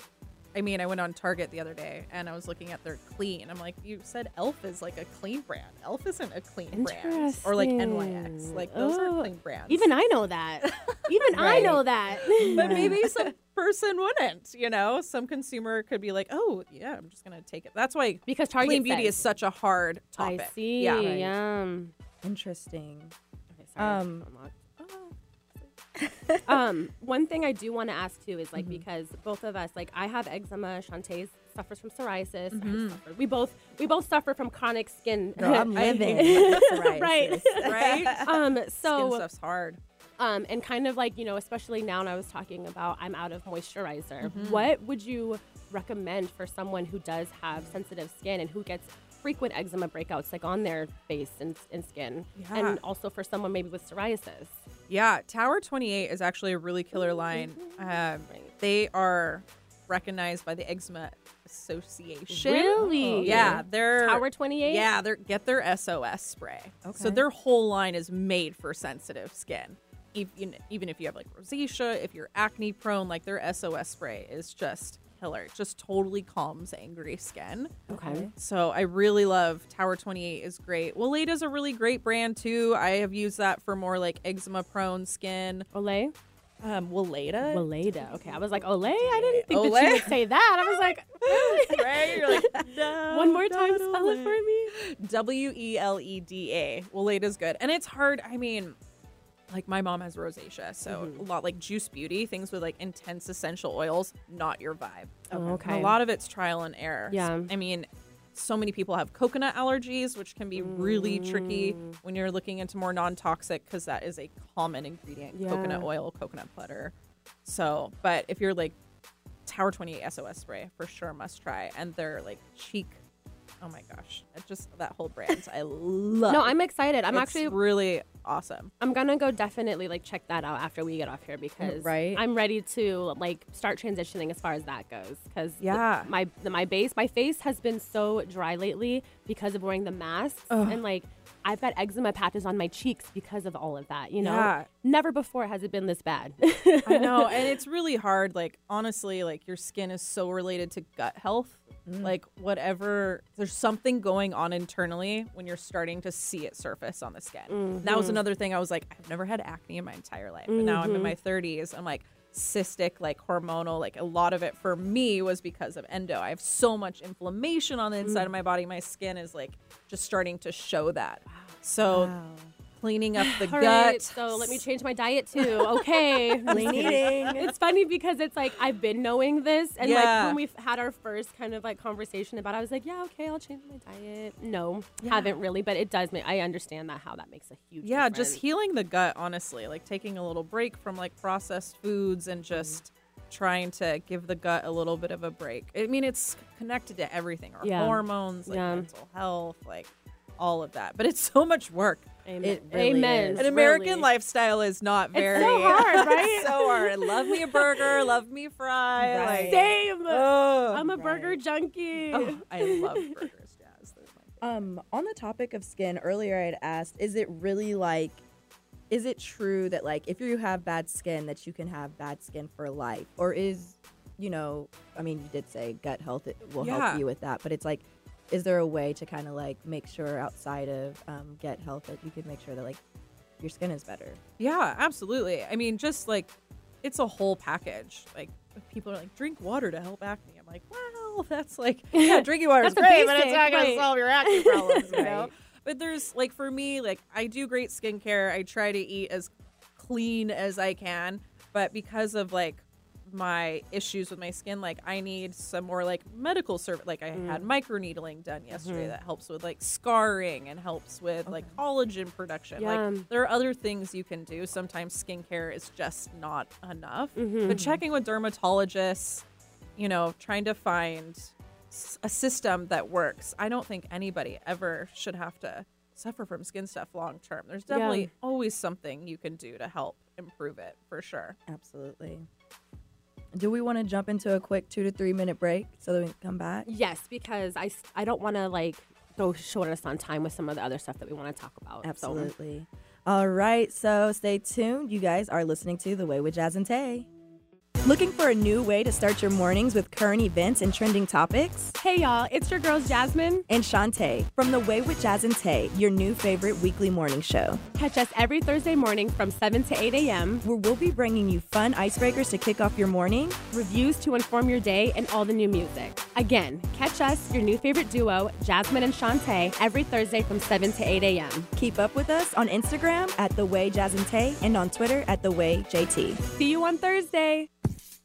S3: I mean, I went on Target the other day and I was looking at their clean. I'm like, you said Elf is like a clean brand. Elf isn't a clean brand. Or like NYX.
S1: Interesting.
S3: Like those
S1: Oh,
S3: are clean brands.
S1: Even I know that. Even I know that.
S3: but maybe some person wouldn't, you know? Some consumer could be like, oh, yeah, I'm just going to take it. That's why
S1: because
S3: clean
S1: Target
S3: beauty
S1: says-
S3: is such a hard
S1: I
S3: topic.
S1: see.
S3: Yeah.
S1: Um,
S2: Interesting.
S1: Okay, sorry.
S2: Um,
S1: um, one thing I do want to ask too is like
S2: Mhm.
S1: because both of us, like I have eczema, Shantae suffers from psoriasis. I
S3: Mhm.
S1: suffer- We both we both suffer from chronic skin.
S2: Girl, I'm
S1: I-
S2: living with
S1: right,
S2: psoriasis.
S3: Right?
S1: Um,
S3: Skin
S1: so
S3: stuff's hard.
S1: um, and kind of like you know, especially now, and I was talking about I'm out of moisturizer.
S3: Mhm.
S1: What would you recommend for someone who does have sensitive skin and who gets frequent eczema breakouts like on their face and, and skin,
S3: Yeah.
S1: and also for someone maybe with psoriasis?
S3: Yeah, Tower 28 is actually a really killer line.
S1: Mm-hmm.
S3: Um, they are recognized by the Eczema Association.
S1: Really?
S3: Yeah, they're
S1: Tower 28?
S3: Yeah, they're get their SOS spray. So
S2: Okay.
S3: their whole line is made for sensitive skin. Even even if you have like rosacea, if you're acne prone, like their SOS spray is just killer. It just totally calms angry skin.
S1: Okay.
S3: So I really love Tower 28 is great. Waleda's a really great brand too. I have used that for more like eczema prone skin.
S1: Olay?
S3: Um Waleda.
S1: Weleda. Okay. I was like, Olay? I didn't think that
S3: Olay?
S1: you would say that. I was like, really?
S3: right? You're like no,
S1: One more time,
S3: not
S1: spell it
S3: Olay.
S1: for me.
S3: W E L E D A. Waleda's good. And it's hard. I mean, like my mom has rosacea, so a lot like Juice Beauty, things with like intense essential oils, not your vibe.
S1: Oh, okay.
S3: And a lot of it's trial and error.
S1: Yeah.
S3: I mean, so many people have coconut allergies, which can be really tricky
S1: Mm.
S3: when you're looking into more non toxic because that is a common ingredient coconut
S1: Yeah.
S3: oil, coconut butter. So, but if you're like Tower 28 SOS spray, for sure must try. And they're like cheek. Oh my gosh. It's just that whole brand. I love
S1: No, I'm excited. I'm
S3: it's
S1: actually
S3: really awesome.
S1: I'm gonna go definitely like check that out after we get off here because
S2: Right.
S1: I'm ready to like start transitioning as far as that goes because
S3: Yeah.
S1: my the- my base my face has been so dry lately because of wearing the masks and like I've got eczema patches on my cheeks because of all of that you know
S3: Yeah.
S1: never before has it been this bad
S3: I know, and it's really hard. Like honestly, like your skin is so related to gut health.
S1: Mm.
S3: Like whatever, there's something going on internally when you're starting to see it surface on the skin. That
S1: Mm-hmm.
S3: was another thing. I was like, I've never had acne in my entire life, but now I'm in my
S1: Mm-hmm.
S3: 30s. I'm like cystic, like hormonal. Like a lot of it for me was because of endo. I have so much inflammation on the inside of my body. My skin is like just starting to show that. So. Cleaning up the
S1: All
S3: gut.
S1: right, so let me change my diet too okay
S2: Clean eating.
S1: it's funny because it's like I've been knowing this, and
S3: Yeah.
S1: like when we have had our first kind of like conversation about, it, I was like, yeah, okay, I'll change my diet. No, haven't really, but it does make. I understand that how that makes a huge.
S3: yeah just
S1: difference.
S3: healing the gut honestly like taking a little break from like processed foods and just trying to give the gut a little bit of a break i mean it's connected to everything our
S1: Yeah.
S3: hormones like
S1: Yeah.
S3: mental health like all of that but it's so much work
S1: Amen.
S2: it really
S1: Amen.
S2: is.
S3: an american
S1: Really.
S3: lifestyle is not very
S1: hard, right?
S3: so hard love me a burger love me fry
S2: Right.
S3: like
S1: Same.
S3: oh.
S1: I'm a burger junkie.
S3: Oh, i love burgers jazz They're my favorite.
S2: Um, on the topic of skin, earlier I had asked, is it really like, is it true that like if you have bad skin that you can have bad skin for life, or is, you know, I mean, you did say gut health it will
S3: Yeah.
S2: help you with that, but it's like, is there a way to kind of like make sure outside of um, gut health that you could make sure that like your skin is better?
S3: Yeah, absolutely. I mean, just like it's a whole package. Like people are like, drink water to help acne. I'm like, well, that's like yeah, drinking water is
S1: That's a
S3: great, but it's
S1: basic,
S3: not gonna
S1: right.
S3: solve your acne problems, you know.
S2: Right.
S3: But there's like for me, like I do great skincare. I try to eat as clean as I can, but because of like my issues with my skin. Like I need some more like medical service. Like I had microneedling done yesterday
S1: Mhm.
S3: that helps with like scarring and helps with like collagen production.
S1: Yeah.
S3: Like there are other things you can do. Sometimes skincare is just not enough.
S1: Mhm.
S3: But checking with dermatologists, you know, trying to find s- a system that works. I don't think anybody ever should have to suffer from skin stuff long term. There's
S1: Yeah.
S3: definitely always something you can do to help improve it for sure.
S2: Absolutely. Do we want to jump into a quick two to three minute break so that we can come back?
S1: Yes, because I, s- I don't want to like go shortest on time with some of the other stuff that we want to talk about. so-
S2: Absolutely. All right, so stay tuned. You guys are listening to The Way with Jazz and Tay. Looking for a new way to start your mornings with current events and trending topics?
S1: Hey y'all, it's your girls Jasmine
S2: and Shantae from The Way with Jazz and Tay, your new favorite weekly morning show.
S1: Catch us every Thursday morning from 7 to 8 a.m.
S2: where we'll be bringing you fun icebreakers to kick off your morning.
S1: Reviews to inform your day and all the new music. Again, catch us, your new favorite duo, Jasmine and Shantae, every Thursday from 7 to 8 a.m.
S2: Keep up with us on Instagram at The Way Jazz and Tay and on Twitter at The Way JT.
S1: See you on Thursday.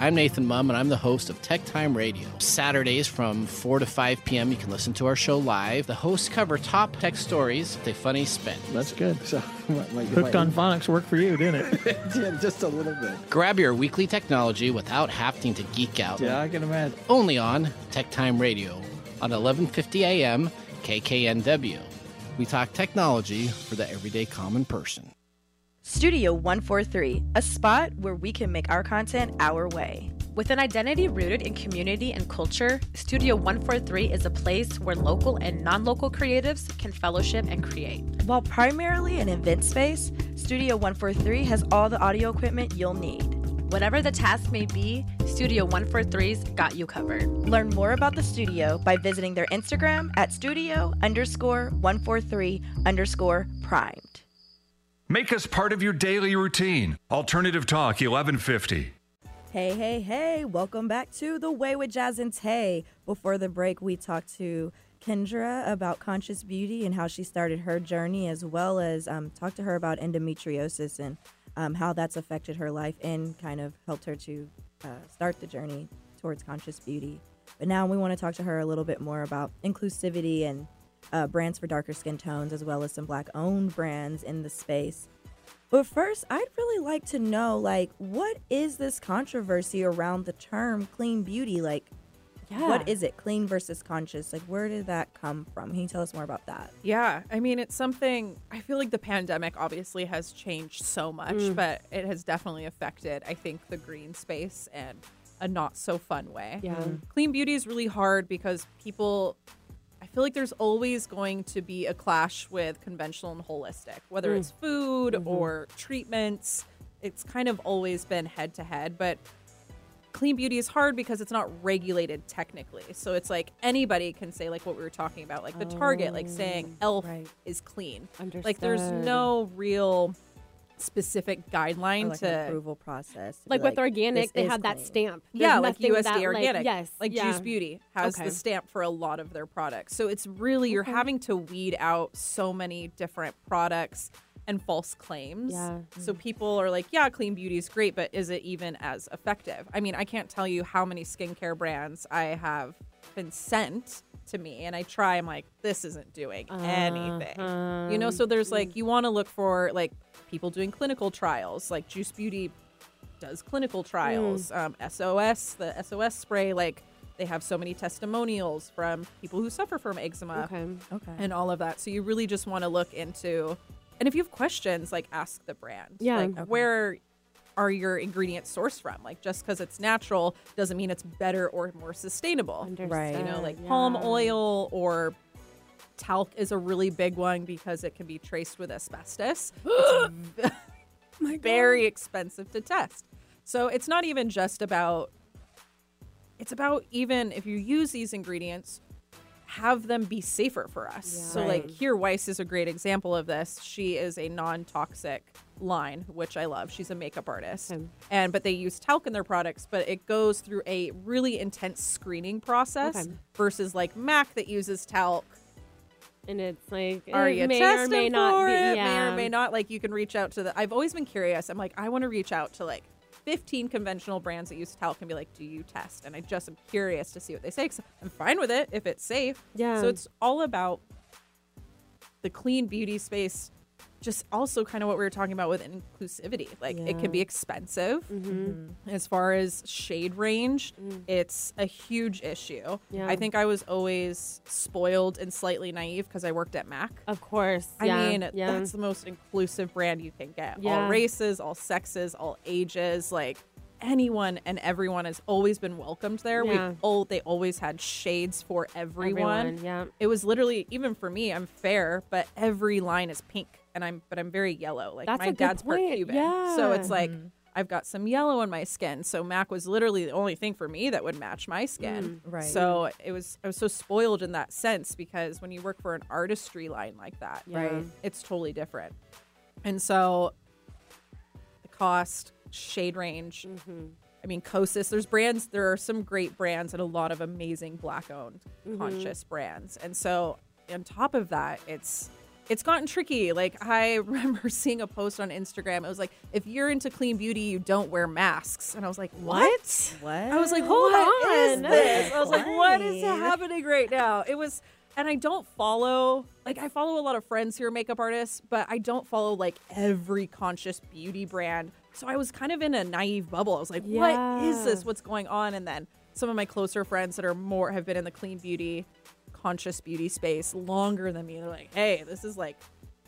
S6: I'm Nathan Mum, and I'm the host of Tech Time Radio. Saturdays from 4 to 5 p.m., you can listen to our show live. The hosts cover top tech stories with a funny spin.
S7: That's good. So, what, like, if
S8: Hooked
S7: I-
S8: on phonics worked for you, didn't it?
S7: Yeah, just a little bit.
S6: Grab your weekly technology without having to geek out.
S7: Yeah, I can imagine.
S6: Only on Tech Time Radio on 11:50 a.m. KKNW. We talk technology for the everyday common person.
S2: Studio 143, a spot where we can make our content our way.
S5: With an identity rooted in community and culture, Studio 143 is a place where local and non local creatives can fellowship and create.
S2: While primarily an event space, Studio 143 has all the audio equipment you'll need.
S5: Whatever the task may be, Studio 143's got you covered.
S2: Learn more about the studio by visiting their Instagram at studio underscore 143 underscore primed.
S10: Make us part of your daily routine. Alternative Talk 1150.
S2: Hey, hey, hey, welcome back to The Way with Jazz and Tay. Before the break, we talked to Kendra about conscious beauty and how she started her journey, as well as um, talked to her about endometriosis and um, how that's affected her life and kind of helped her to uh, start the journey towards conscious beauty. But now we want to talk to her a little bit more about inclusivity and uh, brands for darker skin tones, as well as some black owned brands in the space. But first, I'd really like to know like what is this controversy around the term clean beauty? Like what
S3: Yeah.
S2: is it? Clean versus conscious? Like where did that come from? Can you tell us more about that?
S3: Yeah, I mean, it's something I feel like the pandemic obviously has changed so much,
S2: Mm.
S3: but it has definitely affected, I think, the green space in a not so fun way.
S1: Yeah. Mm.
S3: Clean beauty is really hard because people, I feel like there's always going to be a clash with conventional and holistic, whether
S11: Mm.
S3: it's food
S2: Mm-hmm.
S11: Mhm.
S3: or treatments. It's kind of always been head to head, but clean beauty is hard because it's not regulated technically. So it's like anybody can say like what we were talking about, like the target, like saying
S2: Oh,
S3: elf is clean. Like there's
S1: Understood.
S3: no real specific
S2: Or,
S3: guideline
S2: like, an
S3: to
S2: approval process.
S1: Like, with organic, they have that stamp. There's
S3: yeah, like
S1: nothing
S3: USDA
S1: that, like-
S3: organic.
S1: yes,
S3: like
S1: yeah.
S3: Juice Beauty has
S1: Okay.
S3: the stamp for a lot of their products. So it's really you're
S1: Okay.
S3: having to weed out so many different products and false claims.
S1: Yeah. Mm.
S3: So people are like, yeah, clean beauty is great, but is it even as effective? I mean, I can't tell you how many skincare brands I have been sent to me and I try I'm like this isn't doing anything. You
S1: Uh-huh.
S3: know, so there's
S1: Mm.
S3: like you want to look for like people doing clinical trials, like Juice Beauty does clinical trials.
S1: Mm.
S3: Um, SOS, the SOS spray, like they have so many testimonials from people who suffer from eczema
S1: Okay.
S2: Okay.
S3: and all of that. So you really just want to look into, and if you have questions, like ask the brand.
S1: Yeah.
S3: Like,
S1: Okay.
S3: where are your ingredients sourced from? Like, just because it's natural doesn't mean it's better or more sustainable. You know,
S1: Understood,
S3: like palm
S1: yeah.
S3: oil or talc is a really big one because it can be traced with asbestos. It's very expensive to test. So it's not even just about it's about even if you use these ingredients, have them be safer for us. So
S11: Yeah.
S3: like
S11: Right.
S3: here Weiss is a great example of this. She is a non-toxic line, which I love. She's a makeup artist. And but they use talc in their products, but it goes through a really intense screening process
S1: Okay.
S3: versus like MAC that uses talc
S1: and it's like
S3: are
S1: it
S3: you
S1: may or
S3: testing
S1: may not
S3: for
S1: be.
S3: it?
S1: yeah.
S3: May or may not. Like you can reach out to the. I've always been curious. I'm like, I want to reach out to like 15 conventional brands that use talc and be like, do you test? And I just am curious to see what they say. Cause I'm fine with it if it's safe.
S1: Yeah.
S3: So it's all about the clean beauty space. Just also kind of what we were talking about with inclusivity. Like it
S1: Yeah. Mm-hmm.
S3: can be expensive as far as shade range. It's a huge issue.
S1: Mm. Yeah.
S3: I think I was always spoiled and slightly naive because I worked at Mac.
S1: Of course.
S3: I
S1: Oh, yeah,
S3: mean,
S1: yeah.
S3: that's the most inclusive brand you can get.
S1: Yeah.
S3: All races, all sexes, all ages, like anyone and everyone has always been welcomed there.
S1: Yeah.
S3: We all they always had shades for everyone.
S1: Everyone, yeah.
S3: It was literally even for me, I'm fair, but every line is pink and I'm but I'm very yellow. Like
S1: That's
S3: my
S1: a good
S3: dad's
S1: point,
S3: part Cuban. So it's
S1: yeah.
S3: like
S2: Mm-hmm.
S3: I've got some yellow on my skin, so Mac was literally the only thing for me that would match my skin.
S2: Mm, right.
S3: So it was I was so spoiled in that sense because when you work for an artistry line like that,
S2: Yeah. Right.
S3: it's totally different. And so the cost, shade
S2: Mm-hmm.
S3: range. I mean, Kosas, there's brands, there are some great brands and a lot of amazing black owned
S11: Mhm.
S3: conscious brands. And so on top of that, it's it's gotten tricky. Like I remember seeing a post on Instagram. It was like, if you're into clean beauty, you don't wear masks. And I was like, what?
S2: What?
S3: I was like,
S1: Hold
S3: what is
S1: on.
S3: this? I was like, what is
S1: Why?
S3: happening right now? It was, and I don't follow, like, I follow a lot of friends who are makeup artists, but I don't follow like every conscious beauty brand. So I was kind of in a naive bubble. I was like, what is
S1: Yeah.
S3: this? What's going on? And then some of my closer friends that are more have been in the clean beauty, conscious beauty space longer than me. They're like, hey, this is like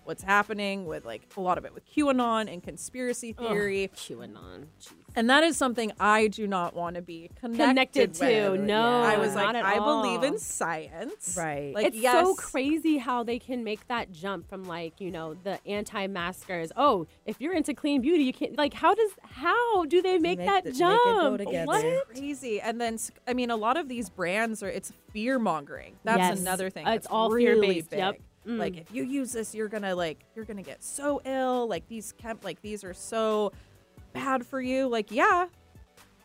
S3: what's happening with like a lot of it with QAnon and conspiracy
S1: Ugh,
S3: theory.
S1: QAnon. Jeez.
S3: And that is something I do not want to be connected,
S1: Connected to,
S3: with.
S1: no,
S3: I was like,
S1: not at
S3: I believe
S1: all.
S3: in science.
S2: Right.
S3: Like,
S1: it's
S3: yes,
S1: so crazy how they can make that jump from like you know the anti-maskers. Oh, if you're into clean beauty, you can't. Like, how does how do they make,
S2: Make
S1: that
S2: the- make it
S1: jump?
S2: go together.
S1: What?
S3: crazy. And then, s- I mean, a lot of these brands are, it's fear mongering. That's
S1: Yes.
S3: another thing.
S1: Uh, it's
S3: that's
S1: all
S3: really
S1: fear-based,
S3: Big.
S1: yep. Mm.
S3: Like, if you use this, you're going to like, you're going to get so ill. Like, these chem, like, these are so bad for you. Like, yeah,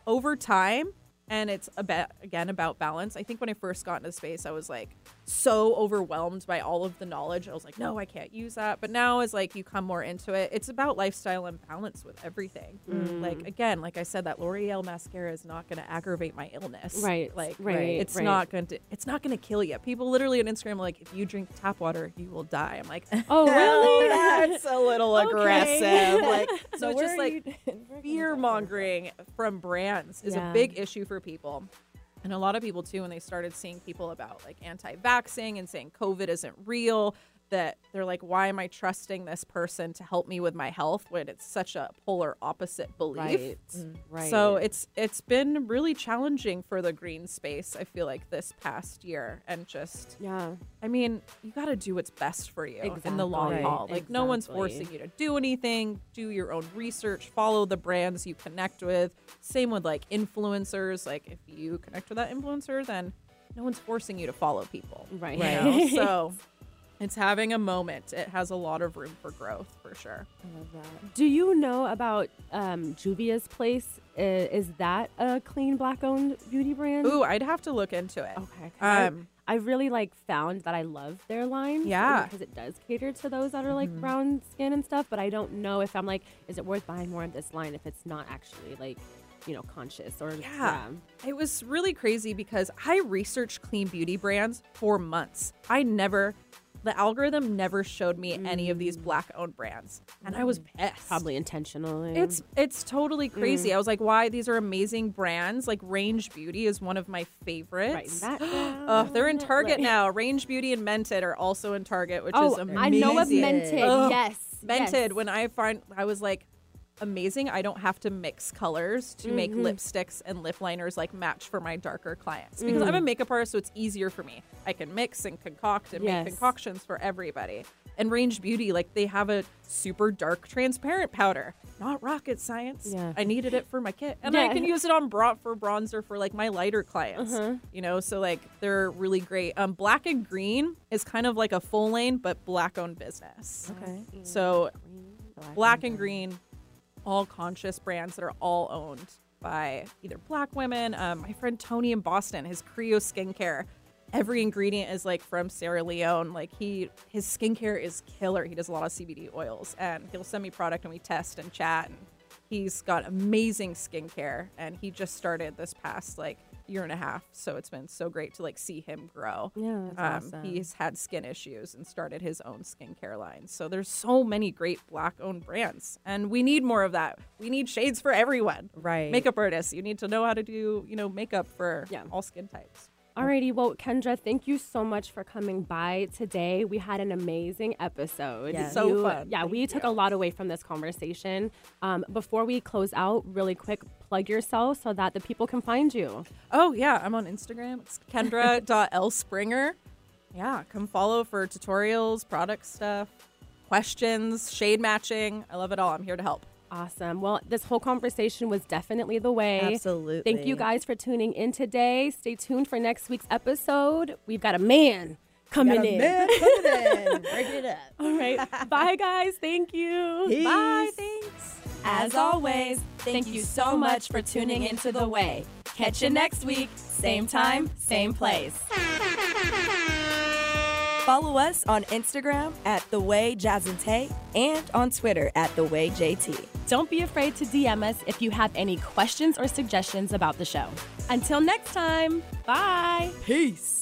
S3: over time and it's about again about balance i think when i first got into space i was like so overwhelmed by all of the knowledge i was like no i can't use that but now as like you come more into it it's about lifestyle and balance with everything
S1: Mm.
S3: like again like i said that l'oreal mascara is not going to aggravate my illness
S1: Right,
S3: like
S1: right,
S3: it's
S1: right.
S3: not going to it's not going to kill you people literally on instagram are like if you drink tap water you will die i'm like
S1: Oh, really?
S3: that's a little
S1: Okay.
S3: aggressive like
S2: Now,
S3: so it's
S2: where
S3: just
S2: are
S3: like fear mongering from brands is
S1: Yeah.
S3: a big issue for people. And a lot of people too, when they started seeing people about like anti vaxxing and saying COVID isn't real, that they're like, why am I trusting this person to help me with my health when it's such a polar opposite belief?
S1: Right. Mm. Right.
S3: So it's it's been really challenging for the green space, I feel like, this past year. And just
S1: Yeah.
S3: I mean, you gotta do what's best for you in the long
S1: Exactly.
S3: haul. Like no one's
S1: Exactly.
S3: forcing you to do anything. Do your own research. Follow the brands you connect with. Same with like influencers. Like if you connect with that influencer, then no one's forcing you to follow people.
S1: Right.
S3: you know? so it's having a moment. It has a lot of room for growth for sure.
S1: Do you know about um, Juvia's Place? I- Is that a clean black-owned beauty brand?
S3: Ooh, I'd have to look into it.
S1: Okay. 'cause I-
S3: Um,
S1: I, really like found that I love their line.
S3: Yeah. Mm-hmm.
S1: Because it does cater to those that are like brown skin and stuff, but I don't know if I'm like, is it worth buying more of this line if it's not actually like, you know, conscious or
S3: Yeah. It was really crazy because I researched clean beauty brands for months. I never, the algorithm never showed me any of these black owned brands. And I was pissed.
S1: Mm. Probably Mm. intentionally.
S3: It's it's totally crazy. I was like, why these are amazing brands? Like Range Beauty is one of my favorites.
S1: that
S3: oh, they're in Target
S1: Right.
S3: now. Range Beauty and Mented are also in Target, which
S1: Oh,
S3: is amazing.
S1: I know of Mented.
S3: Ugh.
S1: Yes,
S3: Mented.
S1: yes.
S3: When I find, I was like, amazing. I don't have to mix colors to make
S11: Mhm.
S3: lipsticks and lip liners like match for my darker clients because I'm a
S11: Mhm.
S3: makeup artist, so it's easier for me. I can mix and concoct and
S11: Yes.
S3: make concoctions for everybody. And Range Beauty, like they have a super dark transparent powder. Not rocket science.
S11: Yeah.
S3: I needed it for my kit, and I
S11: Yeah.
S3: can use it on bron- for bronzer for like my lighter clients.
S11: Uh-huh.
S3: You know, so like they're really great. Um, black and green is kind of like a full lane, but black owned business.
S2: Okay.
S3: So black and green, all conscious brands that are all owned by either black women. Um, my friend Tony in Boston, his Creo skincare, every ingredient is like from Sierra Leone. Like he, his skincare is killer. He does a lot of CBD oils, and he'll send me product and we test and chat. And he's got amazing skincare, and he just started this past like year and a half. So it's been so great to like see him grow. Um,
S11: Yeah, that's awesome.
S3: He's had skin issues and started his own skincare line. So there's so many great black-owned brands, and we need more of that. We need shades for everyone.
S2: Right.
S3: Makeup artists, you need to know how to do you know makeup for all skin types.
S1: Alrighty, well, Kendra, thank you so much for coming by today. We had an amazing episode.
S3: Yes. So
S1: You-
S3: fun.
S1: Yeah, we took a lot away from this conversation. Um, before we close out, really quick, plug yourself so that the people can find you.
S3: Oh yeah, I'm on Instagram. It's Kendra.lspringer. Yeah, come follow for tutorials, product stuff, questions, shade matching. I love it all. I'm here to help.
S1: Awesome. Well, this whole conversation was definitely the way.
S2: Absolutely.
S1: Thank you guys for tuning in today. Stay tuned for next week's episode. We've got a man coming
S2: Got a
S1: in.
S2: man coming in. Break it up.
S1: All right. Bye, guys. Thank you.
S2: Bye.
S3: Thanks.
S11: As always, thank you so much for tuning into The Way. Catch you next week, same time, same place.
S2: Follow us on Instagram at The Way Jazante and on Twitter at The Way JT.
S1: Don't be afraid to DM us if you have any questions or suggestions about the show. Until next time, bye.
S2: Peace.